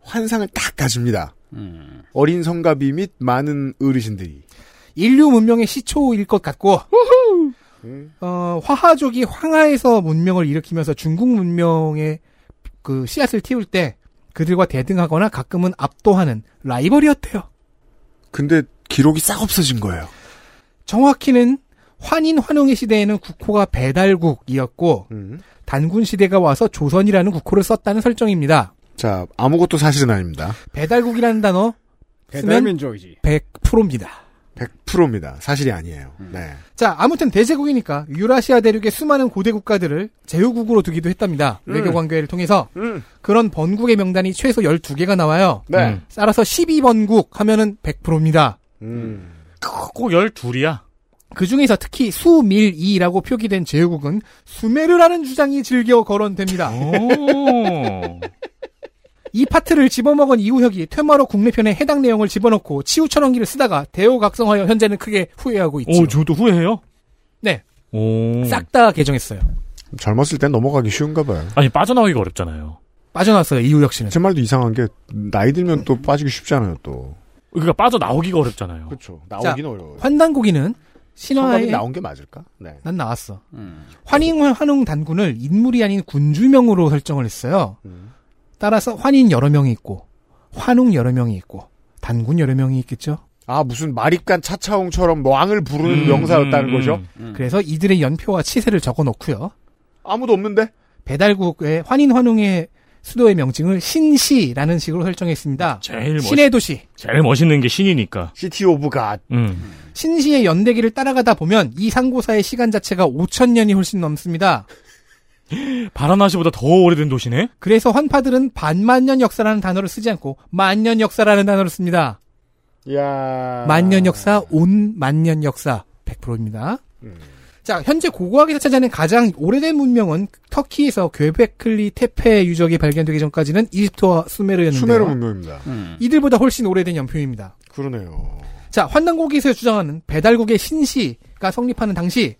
[SPEAKER 2] 환상을 딱 가집니다.
[SPEAKER 4] 음.
[SPEAKER 2] 어린 성가비 및 많은 어르신들이.
[SPEAKER 4] 인류 문명의 시초일 것 같고
[SPEAKER 2] 음.
[SPEAKER 4] 어, 화하족이 황하에서 문명을 일으키면서 중국 문명의 그 씨앗을 틔울 때 그들과 대등하거나 가끔은 압도하는 라이벌이었대요.
[SPEAKER 2] 근데 기록이 싹 없어진 거예요.
[SPEAKER 4] 정확히는 환인 환웅의 시대에는 국호가 배달국이었고
[SPEAKER 2] 음.
[SPEAKER 4] 단군 시대가 와서 조선이라는 국호를 썼다는 설정입니다.
[SPEAKER 2] 자, 아무것도 사실은 아닙니다.
[SPEAKER 4] 배달국이라는 단어
[SPEAKER 8] 배달민족이지.
[SPEAKER 4] 100%입니다.
[SPEAKER 2] 100%입니다. 사실이 아니에요.
[SPEAKER 4] 음.
[SPEAKER 2] 네.
[SPEAKER 4] 자, 아무튼 대제국이니까 유라시아 대륙의 수많은 고대 국가들을 제후국으로 두기도 했답니다.
[SPEAKER 2] 음.
[SPEAKER 4] 외교 관계를 통해서
[SPEAKER 2] 음.
[SPEAKER 4] 그런 번국의 명단이 최소 12개가 나와요.
[SPEAKER 2] 네. 음.
[SPEAKER 4] 따라서 12번국 하면은 100%입니다.
[SPEAKER 2] 음.
[SPEAKER 3] 꼭 12이야.
[SPEAKER 4] 그 중에서 특히 수밀이라고 표기된 제후국은 수메르라는 주장이 즐겨 거론됩니다. 이 파트를 집어먹은 이우혁이 퇴마로 국내편에 해당 내용을 집어넣고 치우 천원기를 쓰다가 대오각성하여 현재는 크게 후회하고 있죠.
[SPEAKER 3] 오, 저도 후회해요?
[SPEAKER 4] 네.
[SPEAKER 3] 오.
[SPEAKER 4] 싹 다 개정했어요.
[SPEAKER 2] 젊었을 땐 넘어가기 쉬운가 봐요.
[SPEAKER 3] 아니, 빠져나오기가 어렵잖아요.
[SPEAKER 4] 빠져나왔어요, 이우혁 씨는.
[SPEAKER 2] 제 말도 이상한 게, 나이 들면 또 빠지기 쉽잖아요, 또.
[SPEAKER 3] 그러니까 빠져나오기가 어렵잖아요.
[SPEAKER 2] 그렇죠.
[SPEAKER 4] 자,
[SPEAKER 2] 어려워요.
[SPEAKER 4] 환단고기는 신화에
[SPEAKER 2] 성감이 나온 게 맞을까? 네.
[SPEAKER 4] 난 나왔어.
[SPEAKER 3] 음.
[SPEAKER 4] 환인 환웅 단군을 인물이 아닌 군주명으로 설정을 했어요.
[SPEAKER 3] 음.
[SPEAKER 4] 따라서 환인 여러 명이 있고 환웅 여러 명이 있고 단군 여러 명이 있겠죠.
[SPEAKER 2] 아, 무슨 마립간 차차홍처럼 뭐 왕을 부르는
[SPEAKER 4] 음,
[SPEAKER 2] 명사였다는
[SPEAKER 4] 음,
[SPEAKER 2] 거죠?
[SPEAKER 4] 음. 그래서 이들의 연표와 치세를 적어 놓고요.
[SPEAKER 2] 아무도 없는데?
[SPEAKER 4] 배달국의 환인 환웅의 수도의 명칭을 신시라는 식으로 설정했습니다.
[SPEAKER 3] 제일
[SPEAKER 4] 신의
[SPEAKER 3] 멋있-
[SPEAKER 4] 도시.
[SPEAKER 3] 제일 멋있는 게 신이니까.
[SPEAKER 2] 시티 오브 갓.
[SPEAKER 3] 음.
[SPEAKER 4] 신시의 연대기를 따라가다 보면 이 상고사의 시간 자체가 5천년이 훨씬 넘습니다.
[SPEAKER 3] 바라나시보다 더 오래된 도시네?
[SPEAKER 4] 그래서 환파들은 반만년 역사라는 단어를 쓰지 않고 만년 역사라는 단어를 씁니다.
[SPEAKER 2] 야
[SPEAKER 4] 만년 역사, 온 만년 역사 100%입니다. 자, 현재 고고학에서 찾아낸 가장 오래된 문명은 터키에서 괴베클리 테페 유적이 발견되기 전까지는 이집트와 수메르였는데요.
[SPEAKER 2] 수메르 문명입니다.
[SPEAKER 4] 이들보다 훨씬 오래된 연표입니다.
[SPEAKER 2] 그러네요.
[SPEAKER 4] 자, 환단고기에서 주장하는 배달국의 신시가 성립하는 당시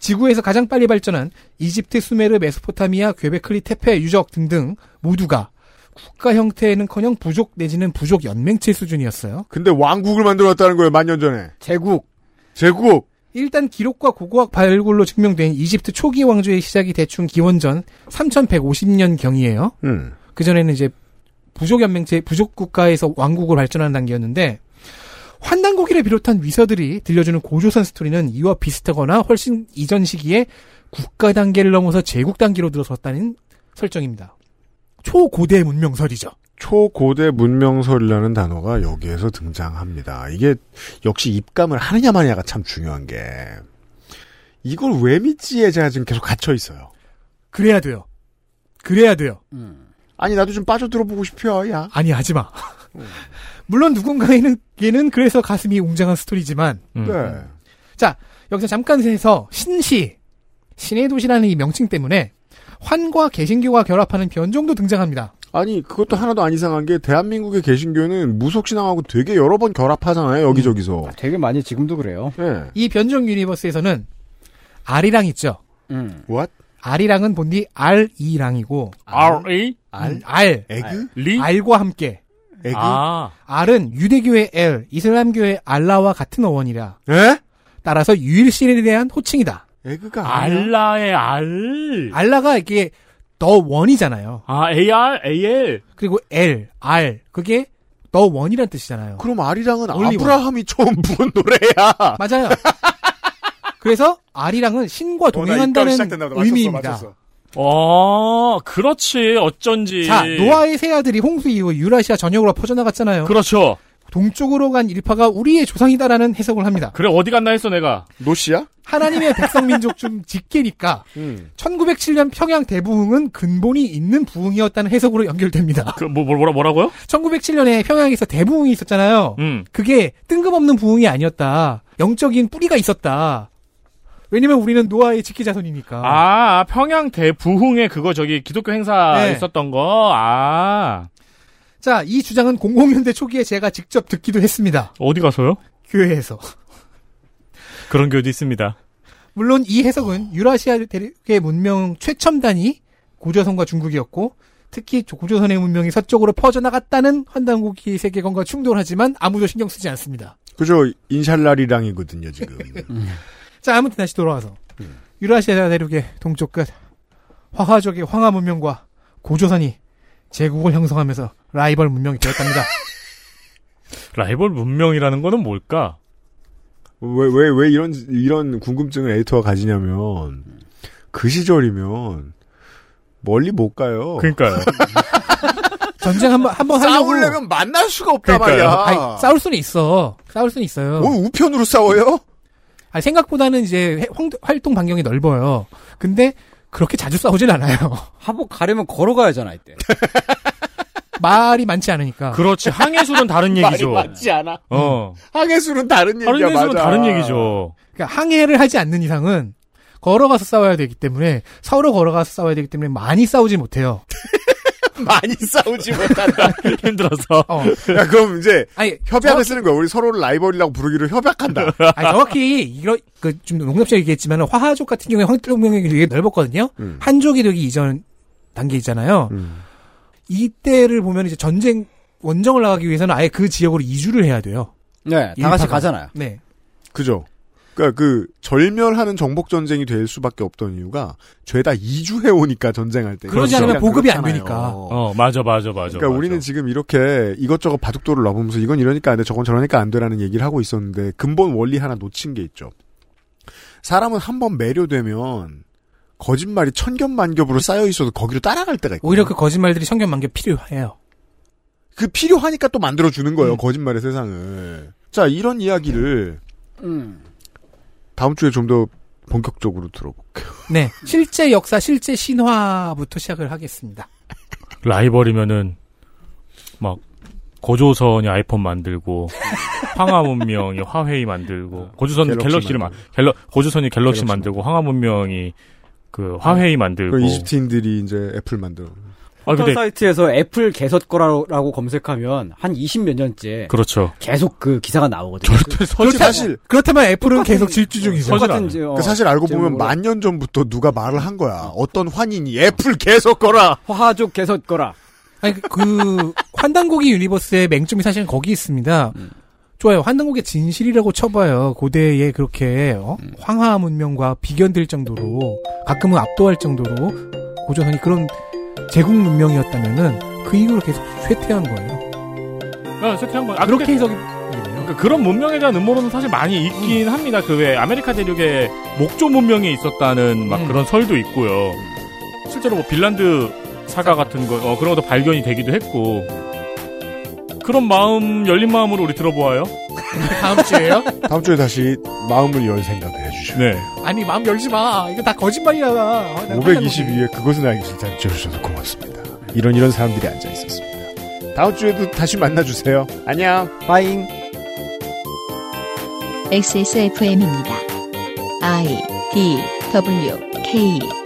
[SPEAKER 4] 지구에서 가장 빨리 발전한 이집트, 수메르, 메소포타미아, 괴베클리 테페 유적 등등 모두가 국가 형태에는커녕 부족 내지는 부족 연맹체 수준이었어요.
[SPEAKER 2] 근데 왕국을 만들었다는 거예요, 만년 전에.
[SPEAKER 8] 제국.
[SPEAKER 2] 제국.
[SPEAKER 4] 일단 기록과 고고학 발굴로 증명된 이집트 초기 왕조의 시작이 대충 기원전 3150년 경이에요.
[SPEAKER 2] 음.
[SPEAKER 4] 그 전에는 이제 부족 연맹체 부족 국가에서 왕국으로 발전하는 단계였는데 환단고기를 비롯한 위서들이 들려주는 고조선 스토리는 이와 비슷하거나 훨씬 이전 시기에 국가 단계를 넘어서 제국 단계로 들어섰다는 설정입니다. 초고대 문명설이죠.
[SPEAKER 2] 초고대 문명설이라는 단어가 여기에서 등장합니다. 이게 역시 입감을 하느냐 마느냐가 참 중요한 게 이걸 왜 믿지에 제가 지금 계속 갇혀 있어요.
[SPEAKER 4] 그래야 돼요. 그래야 돼요.
[SPEAKER 2] 아니 나도 좀 빠져들어보고 싶어 야.
[SPEAKER 4] 아니 하지 마. 물론 누군가에게는 그래서 가슴이 웅장한 스토리지만.
[SPEAKER 2] 네.
[SPEAKER 4] 자 여기서 잠깐 해서 신시 신의 도시라는 이 명칭 때문에 환과 개신교가 결합하는 변종도 등장합니다.
[SPEAKER 2] 아니 그것도 하나도 안 이상한 게 대한민국의 개신교는 무속신앙하고 되게 여러 번 결합하잖아요 여기저기서.
[SPEAKER 8] 되게 많이 지금도 그래요.
[SPEAKER 2] 음. 네.
[SPEAKER 4] 이 변종 유니버스에서는 아리랑 있죠.
[SPEAKER 8] 음.
[SPEAKER 2] What?
[SPEAKER 4] 아리랑은 본디 알이랑이고
[SPEAKER 3] R A
[SPEAKER 4] 알, 알,
[SPEAKER 2] 에그,
[SPEAKER 3] 리,
[SPEAKER 4] 알과 함께.
[SPEAKER 2] 에그.
[SPEAKER 3] 아.
[SPEAKER 4] 알은 유대교의 엘, 이슬람교의 알라와 같은 어원이라.
[SPEAKER 2] 예?
[SPEAKER 4] 따라서 유일신에 대한 호칭이다.
[SPEAKER 2] 에그가 아니야?
[SPEAKER 3] 알라의 알.
[SPEAKER 4] 알라가 이게 더 원이잖아요.
[SPEAKER 3] 아, AR, AL.
[SPEAKER 4] 그리고 엘, 알 그게 더 원이란 뜻이잖아요.
[SPEAKER 2] 그럼 아리랑은
[SPEAKER 4] 원리 원.
[SPEAKER 2] 아브라함이 처음 부른 노래야.
[SPEAKER 4] 맞아요. 그래서 알이랑은
[SPEAKER 2] 나
[SPEAKER 4] 신과
[SPEAKER 2] 이따가
[SPEAKER 4] 동행한다는
[SPEAKER 2] 시작된다. 맞췄어,
[SPEAKER 4] 의미입니다.
[SPEAKER 2] 맞췄어.
[SPEAKER 3] 어, 그렇지. 어쩐지.
[SPEAKER 4] 자, 노아의 새 아들이 홍수 이후 유라시아 전역으로 퍼져나갔잖아요.
[SPEAKER 3] 그렇죠.
[SPEAKER 4] 동쪽으로 간 일파가 우리의 조상이다라는 해석을 합니다.
[SPEAKER 3] 그래, 어디 갔나 했어, 내가.
[SPEAKER 2] 노씨야?
[SPEAKER 4] 하나님의 백성민족 좀 지키니까
[SPEAKER 2] 음.
[SPEAKER 4] 1907년 평양 대부흥은 근본이 있는 부흥이었다는 해석으로
[SPEAKER 2] 아.
[SPEAKER 4] 연결됩니다.
[SPEAKER 3] 그, 뭐, 뭐, 뭐라, 뭐라고요?
[SPEAKER 4] 1907년에 평양에서 대부흥이 있었잖아요.
[SPEAKER 3] 음.
[SPEAKER 4] 그게 뜬금없는 부흥이 아니었다. 영적인 뿌리가 있었다. 왜냐면 우리는 노아의 직계자손이니까.
[SPEAKER 3] 아, 평양 대부흥에 그거 저기 기독교 행사
[SPEAKER 4] 네.
[SPEAKER 3] 있었던 거. 아.
[SPEAKER 4] 자, 이 주장은 공공연대 초기에 제가 직접 듣기도 했습니다.
[SPEAKER 3] 어디 가서요?
[SPEAKER 4] 교회에서.
[SPEAKER 1] 그런 교도 있습니다.
[SPEAKER 4] 물론 이 해석은 유라시아 대륙의 문명 최첨단이 고조선과 중국이었고 특히 고조선의 문명이 서쪽으로 퍼져나갔다는 환단국이 세계관과 충돌하지만 아무도 신경 쓰지 않습니다.
[SPEAKER 2] 그죠 인샬라리랑이거든요 지금.
[SPEAKER 4] 자 아무튼 다시 돌아와서 유라시아 대륙의 동쪽 끝 화가족의 황하 문명과 고조선이 제국을 형성하면서 라이벌 문명이 되었답니다.
[SPEAKER 1] 라이벌 문명이라는 거는 뭘까?
[SPEAKER 2] 왜 왜 왜 이런 이런 궁금증을 에디터가 가지냐면 그 시절이면 멀리 못 가요.
[SPEAKER 1] 그러니까요.
[SPEAKER 4] 전쟁 한번 한번 하려고
[SPEAKER 2] 싸우려면 뭐. 만날 수가 없단
[SPEAKER 1] 그러니까요.
[SPEAKER 2] 말이야.
[SPEAKER 4] 아니, 싸울 수는 있어. 싸울 수는 있어요.
[SPEAKER 2] 뭘 우편으로 싸워요?
[SPEAKER 4] 아니, 생각보다는 이제 해- 황- 활동 반경이 넓어요. 근데 그렇게 자주 싸우진 않아요.
[SPEAKER 8] 하복 가려면 걸어가야잖아 이때.
[SPEAKER 4] 말이 많지 않으니까.
[SPEAKER 3] 그렇지. 항해술은 다른 얘기죠.
[SPEAKER 2] 말이 맞지 않아.
[SPEAKER 3] 어.
[SPEAKER 2] 항해술은 다른 얘기야
[SPEAKER 3] 다른 얘기는
[SPEAKER 2] 맞아.
[SPEAKER 3] 다른 얘기죠.
[SPEAKER 4] 그러니까 항해를 하지 않는 이상은 걸어가서 싸워야 되기 때문에 서로 걸어가서 싸워야 되기 때문에 많이 싸우지 못해요.
[SPEAKER 2] 많이 싸우지 못한다.
[SPEAKER 3] 힘들어서.
[SPEAKER 4] 어.
[SPEAKER 2] 야 그럼 이제
[SPEAKER 4] 아니
[SPEAKER 2] 협약을
[SPEAKER 4] 정확히-
[SPEAKER 2] 쓰는 거야. 우리 서로를 라이벌이라고 부르기로 협약한다.
[SPEAKER 4] 아니, 정확히 이런 그좀 농담처럼 얘기했지만 화하족 같은 경우에 황태동명이 되게 넓었거든요.
[SPEAKER 2] 음.
[SPEAKER 4] 한족이 되기 이전 단계 있잖아요.
[SPEAKER 2] 음.
[SPEAKER 4] 이때를 보면 이제 전쟁 원정을 나가기 위해서는 아예 그 지역으로 이주를 해야 돼요.
[SPEAKER 8] 네, 다 같이
[SPEAKER 4] 일파가.
[SPEAKER 8] 가잖아요.
[SPEAKER 4] 네.
[SPEAKER 2] 그죠? 그러니까 그 절멸하는 정복 전쟁이 될 수밖에 없던 이유가 죄다 이주해 오니까 전쟁할 때.
[SPEAKER 4] 그러지 않으면
[SPEAKER 2] 그러니까
[SPEAKER 4] 보급이 안
[SPEAKER 2] 그렇잖아요.
[SPEAKER 4] 되니까.
[SPEAKER 3] 어, 맞아, 맞아, 맞아.
[SPEAKER 2] 그러니까
[SPEAKER 3] 맞아.
[SPEAKER 2] 우리는 지금 이렇게 이것저것 바둑도를 놔보면서 이건 이러니까 안 돼, 저건 저러니까 안 돼라는 얘기를 하고 있었는데 근본 원리 하나 놓친 게 있죠. 사람은 한 번 매료되면 거짓말이 천겹만겹으로 쌓여 있어도 거기로 따라갈 때가 있고
[SPEAKER 4] 오히려 그 거짓말들이 천견만견 필요해요.
[SPEAKER 2] 그 필요하니까 또 만들어 주는
[SPEAKER 4] 음.
[SPEAKER 2] 거예요 거짓말의 세상을. 자 이런 이야기를
[SPEAKER 8] 음.
[SPEAKER 2] 다음 주에 좀 더 본격적으로 들어볼게요.
[SPEAKER 4] 네. 실제 역사, 실제 신화부터 시작을 하겠습니다.
[SPEAKER 3] 라이벌이면은 막 고조선이 아이폰 만들고 황하 문명이 화웨이 만들고 고조선
[SPEAKER 2] 어, 갤럭시
[SPEAKER 3] 갤럭시를 만
[SPEAKER 2] 만들고.
[SPEAKER 3] 갤러 고조선이 갤럭시
[SPEAKER 2] 갤럭시
[SPEAKER 3] 만들고 황하 문명이 그 화웨이 만들고
[SPEAKER 2] 그 이집트인들이 이제 애플 만들어.
[SPEAKER 3] 아
[SPEAKER 8] 포털
[SPEAKER 3] 근데
[SPEAKER 8] 사이트에서 애플 개석 거라고 검색하면 한 20몇 년째
[SPEAKER 3] 그렇죠.
[SPEAKER 8] 계속 그 기사가 나오거든요. 그
[SPEAKER 2] 그렇죠, 사실
[SPEAKER 4] 그렇다면 애플은 계속 질주 중이죠.
[SPEAKER 3] 서질
[SPEAKER 8] 똑같은
[SPEAKER 3] 않아요.
[SPEAKER 8] 제- 어,
[SPEAKER 2] 그 사실 알고 보면
[SPEAKER 8] 제목으로
[SPEAKER 2] 만 년 전부터 누가 말을 한 거야. 어떤 환인이 애플 계속 거라.
[SPEAKER 8] 화하족 개석 거라.
[SPEAKER 4] 아니, 그- 그, 환단고기 유니버스의 맹점이 사실은 거기 있습니다. 좋아요. 환단고기의 진실이라고 쳐봐요. 고대에 그렇게, 어? 황하 문명과 비견될 정도로, 가끔은 압도할 정도로, 고조선이 그런 제국 문명이었다면은, 그 이후로 계속 쇠퇴한 거예요.
[SPEAKER 3] 아, 세트한 거. 아,
[SPEAKER 4] 그렇게
[SPEAKER 3] 그렇게 그러니까
[SPEAKER 4] 해석이,
[SPEAKER 3] 그런 문명에 대한 음모론은 사실 많이 있긴 합니다. 그 외 아메리카 대륙에 목조 문명이 있었다는 막
[SPEAKER 4] 음.
[SPEAKER 3] 그런 설도 있고요. 실제로 뭐 빌란드 사가 같은 거 어, 그런 것도 발견이 되기도 했고 그런 마음 열린 마음으로 우리 들어보아요.
[SPEAKER 4] 다음 주에요?
[SPEAKER 2] 다음 주에 다시 마음을 열 생각을 해주시오.
[SPEAKER 3] 네.
[SPEAKER 4] 아니, 마음 열지 마. 이거 다 거짓말이야.
[SPEAKER 2] 522회 그것은 알기 싫다. 들어주셔서 고맙습니다. 이런 이런 사람들이 앉아 있었습니다. 다음 주에도 다시 만나주세요. 안녕.
[SPEAKER 17] 빠잉.
[SPEAKER 9] XSFM입니다. I D W K